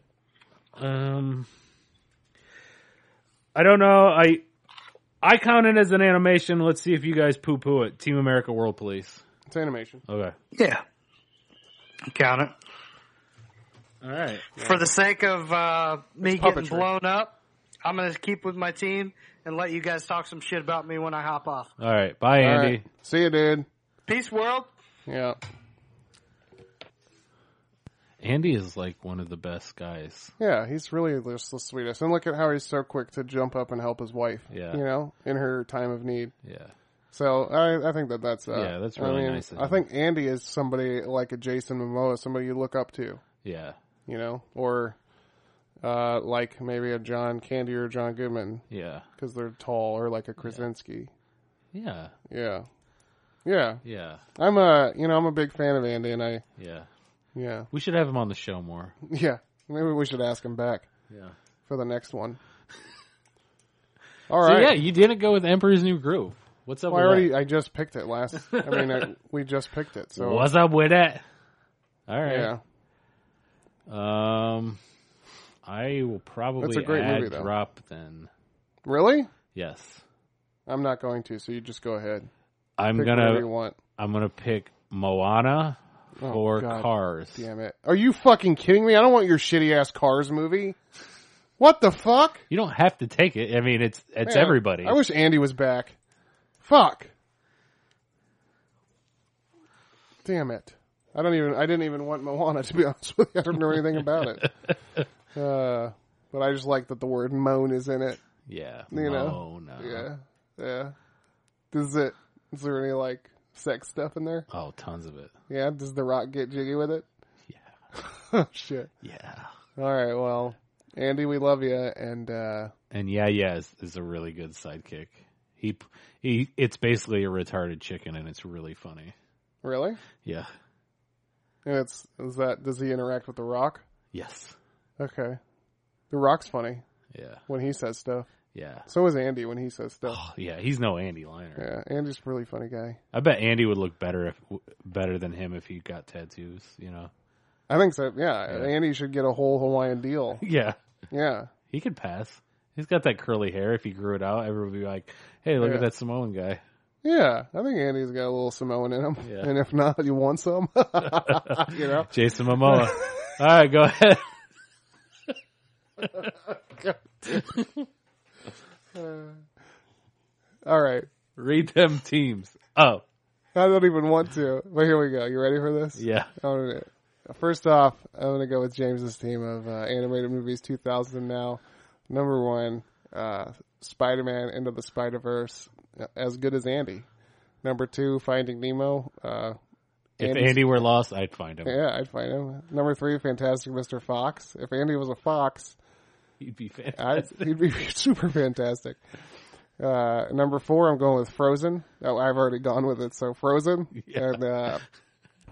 um I don't know. I I count it as an animation. Let's see if you guys poo poo it. Team America World Police. It's animation. Okay. yeah, Count it. All right. For the sake of uh, me getting puppetry. blown up, I'm going to keep with my team and let you guys talk some shit about me when I hop off. All right. Bye, All Andy. right. See you, dude. Peace, world. Yeah. Andy is like one of the best guys. Yeah, he's really just the sweetest. And look at how he's so quick to jump up and help his wife. Yeah. You know, in her time of need. Yeah. So I, I think that that's uh, Yeah, that's really I mean, nice of I him. think Andy is somebody like a Jason Momoa, somebody you look up to, Yeah. you know, or uh, like maybe a John Candy or John Goodman Yeah. because they're tall, or like a Krasinski. Yeah. Yeah. yeah, Yeah. I'm a you know I'm a big fan of Andy, and I Yeah. yeah We should have him on the show more. yeah maybe we should ask him back Yeah. for the next one. All So right. yeah, you didn't go with Emperor's New Groove. What's up Well, I with already I just picked it last. I mean, I, we just picked it. that? So What's up with that? All yeah, right. Um I will probably That's a great add movie, though. drop then. really. Yes. I'm not going to, so you just go ahead. I'm Pick gonna whatever you want. I'm gonna pick Moana Oh, for God cars. Damn it. Are you fucking kidding me? I don't want your shitty ass Cars movie. What the fuck? You don't have to take it. I mean it's it's Man, everybody. I wish Andy was back. Fuck. Damn it. I don't even I didn't even want Moana to be honest with you. I don't know anything about it. Uh but I just like that the word moan is in it. yeah. you know. Moana. Yeah. Yeah. Does it is there any like sex stuff in there? Oh, tons of it. Yeah, does the rock get jiggy with it? Yeah. Oh shit. Yeah. All right, well, Andy, we love you, and uh, and yeah, yeah is, is a really good sidekick. He he, it's basically a retarded chicken, and it's really funny. really, Yeah. and it's is that does he interact with the Rock? Yes. Okay, the Rock's funny Yeah. when he says stuff. Yeah. So is Andy when he says stuff. Oh, yeah. He's no Andy Liner. Yeah, Andy's a really funny guy. I bet Andy would look better if better than him if he got tattoos. You know. I think so. Yeah, Yeah. Andy should get a whole Hawaiian deal. Yeah. Yeah, He could pass. He's got that curly hair. If he grew it out, everyone would be like, "Hey, look Yeah. at that Samoan guy." yeah. I think Andy's got a little Samoan in him, Yeah. and if not, you want some. you know, Jason Momoa. All right, go ahead. all right. Read them teams. Oh, I don't even want to, but here we go. You ready for this? yeah. All right. First off, I'm going to go with James's team of uh, animated movies 2000 now. Number one, uh, Spider Man Into the Spider Verse, as good as Andy. Number two, Finding Nemo. Uh, If Andy's- Andy were lost, I'd find him. yeah, I'd find him. Number three, Fantastic Mr. Fox. If Andy was a fox, He'd be fantastic. I'd, he'd be super fantastic. Uh, number four, I'm going with Frozen. Oh, I've already gone with it, so Frozen. Yeah. And, uh,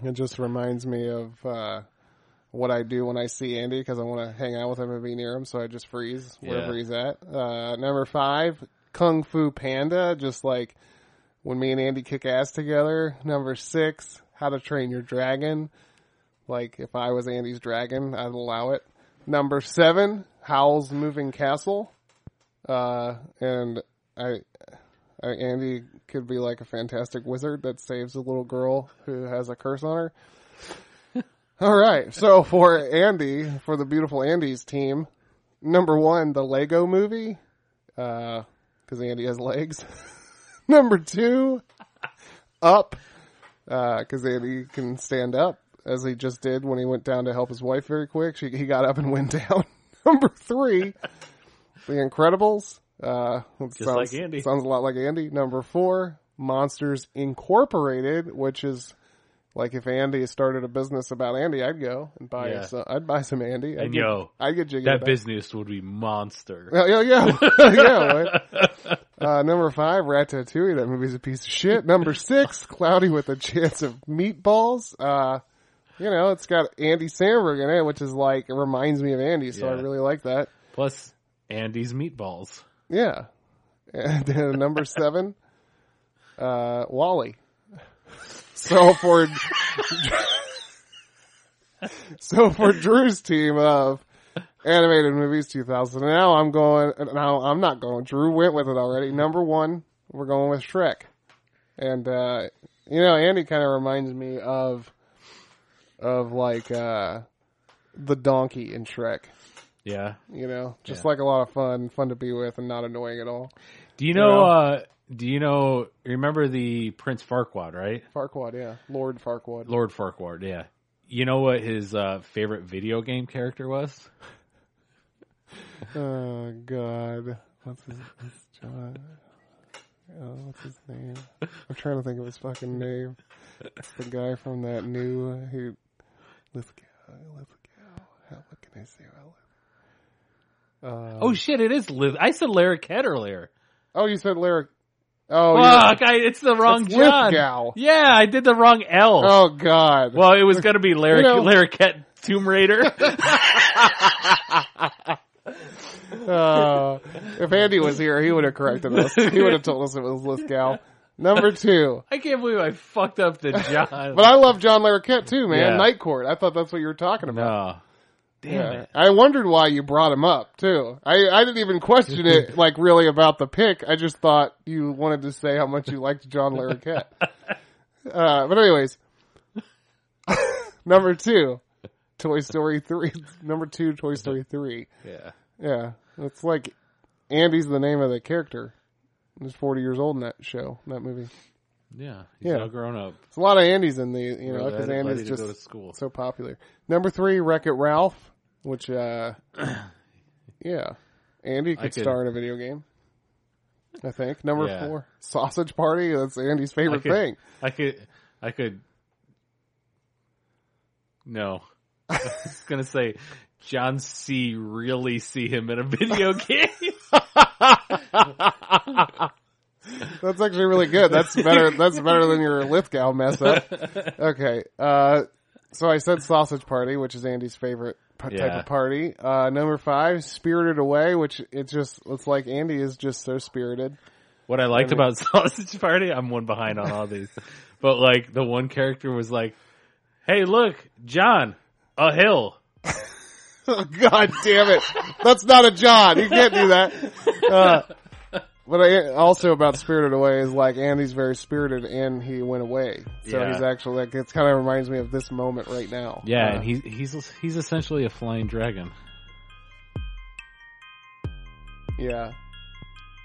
it just reminds me of, uh, what I do when I see Andy because I want to hang out with him and be near him, so I just freeze wherever Yeah. he's at. Uh, number five, Kung Fu Panda, just like when me and Andy kick ass together. Number six, How to Train Your Dragon. Like if I was Andy's dragon, I'd allow it. Number seven, Howl's Moving Castle. Uh, and I, I, Andy could be like a fantastic wizard that saves a little girl who has a curse on her. All right. So for Andy, for the beautiful Andy's team, number one, the Lego movie, because Andy has legs. number two, up, because Andy can stand up, as he just did when he went down to help his wife very quick. She, he got up and went down. number three, The Incredibles. Uh, it Just like Andy. Sounds a lot like Andy. Number four, Monsters Incorporated, which is like if Andy started a business about Andy, I'd go and buy Yeah. some. I'd buy some Andy. I'd And get- yo, I'd get jiggy. with That business would be monster. Yeah, yeah, yeah. yeah right. uh, number five, Ratatouille. That movie's a piece of shit. Number six, Cloudy with a Chance of Meatballs. Uh, you know, it's got Andy Samberg in it, which is like it reminds me of Andy, so I Yeah. really like that. Plus Andy's meatballs. Yeah. And then number seven, uh, Wally. So for, so for Drew's team of animated movies 2000, now I'm going, now I'm not going, Drew went with it already. Number one, we're going with Shrek. And, uh, you know, Andy kind of reminds me of, of like uh, the donkey in Shrek. Yeah. You know, just like a lot of fun, fun to be with, and not annoying at all. Do you know? Uh, do you know? Remember the Prince Farquaad, right? Farquad, yeah, Lord Farquad. Lord Farquaad. Yeah. You know what his uh, favorite video game character was? Oh God, what's his, his John? Oh, what's his name? I'm trying to think of his fucking name. It's the guy from that new uh, who. Let's go. Let's go. How what can I say? About it? oh shit! It is Liz. I said Larroquette earlier. Oh, you said Larry. Oh, you- Fuck! I, it's the wrong It's John. Lithgow. Yeah, I did the wrong L. oh God. Well, it was going to be Larry, You know- Larroquette Tomb Raider. Uh, if Andy was here, he would have corrected us. He would have told us it was Lithgow. Number two. I can't believe I fucked up the John. But I love John Larroquette too, man. Yeah. Night Court. I thought that's what you were talking about. no. Damn Yeah. it. I wondered why you brought him up too. I, I didn't even question it like really about the pick. I just thought you wanted to say how much you liked John Larroquette. uh, but anyways, number two, Toy Story three. Number two, Toy Story three. Yeah. Yeah, it's like Andy's the name of the character. He's forty years old in that show, in that movie. Yeah. He's Yeah. now grown up. It's a lot of Andy's in the you know Ready- because ready Andy's to just go to school. so popular. Number three, Wreck It Ralph, which uh, yeah, Andy could, could- star in a video game. I think number Yeah. four, Sausage Party. That's Andy's I favorite could, thing. I could. I could. No. I was going to say, John C. really see him in a video game. That's actually really good. That's better. That's better than your Lithgow mess up. Okay. Uh, so I said sausage party, which is Andy's favorite p- type Yeah. of party. Uh, number five, spirited away, which it just it's like Andy is just so spirited. what I liked about Sausage Party, I'm one behind on all these, but like the one character was like, hey, look, John, a hill. God damn it! That's not a John. You can't do that. Uh, but I, also about spirited away is like Andy's very spirited and he went away, so Yeah. he's actually like it kind of reminds me of this moment right now. Yeah, Uh, and he's he's he's essentially a flying dragon. Yeah.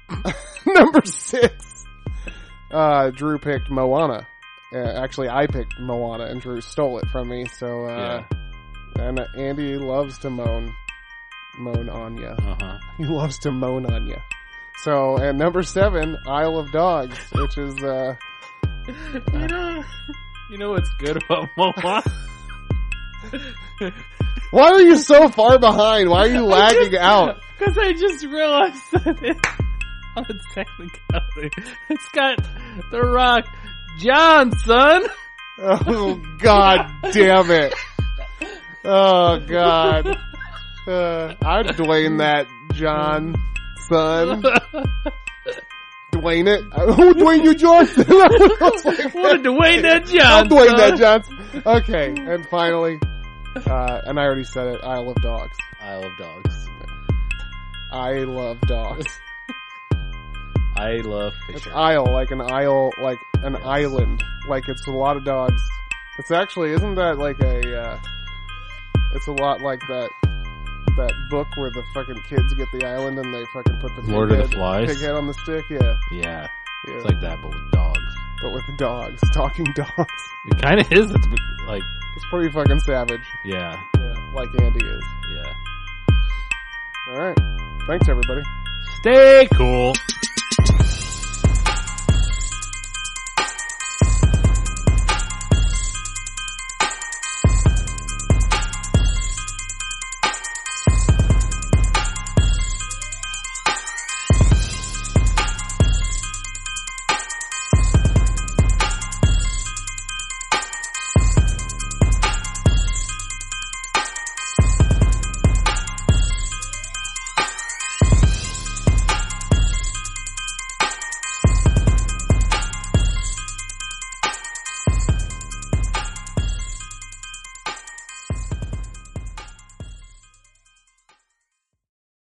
Number six. Uh, Drew picked Moana. Uh, actually, I picked Moana, and Drew stole it from me. So, uh, and Andy loves to moan, moan on ya. Uh huh. He loves to moan on ya. So, and number seven, Isle of Dogs, which is uh, You know, you know what's good about Moana? why are you so far behind? Why are you lagging out? Because I just realized that it, on technicality, it's got the Rock Johnson. Oh God damn it! Oh God, uh, I'd Dwayne that John son. Dwayne it. Uh, Who Dwayne you Johnson? I was like, What a Dwayne that I'll Johnson. Dwayne that Johnson. Okay, and finally, uh, and I already said it. I love dogs. I love dogs. I love dogs. I love It's Fisher. isle, like an isle, like an island. Like it's a lot of dogs. It's actually, isn't that like a, uh, it's a lot like that, that book where the fucking kids get the island and they fucking put the pig Lord of the head- Flies? pig head on the stick, yeah. Yeah, yeah. it's like that, but with dogs. but with dogs, talking dogs. It kind of is. It's like, It's pretty fucking savage, yeah, yeah, like Andy is. yeah. Alright. Thanks everybody. Stay cool.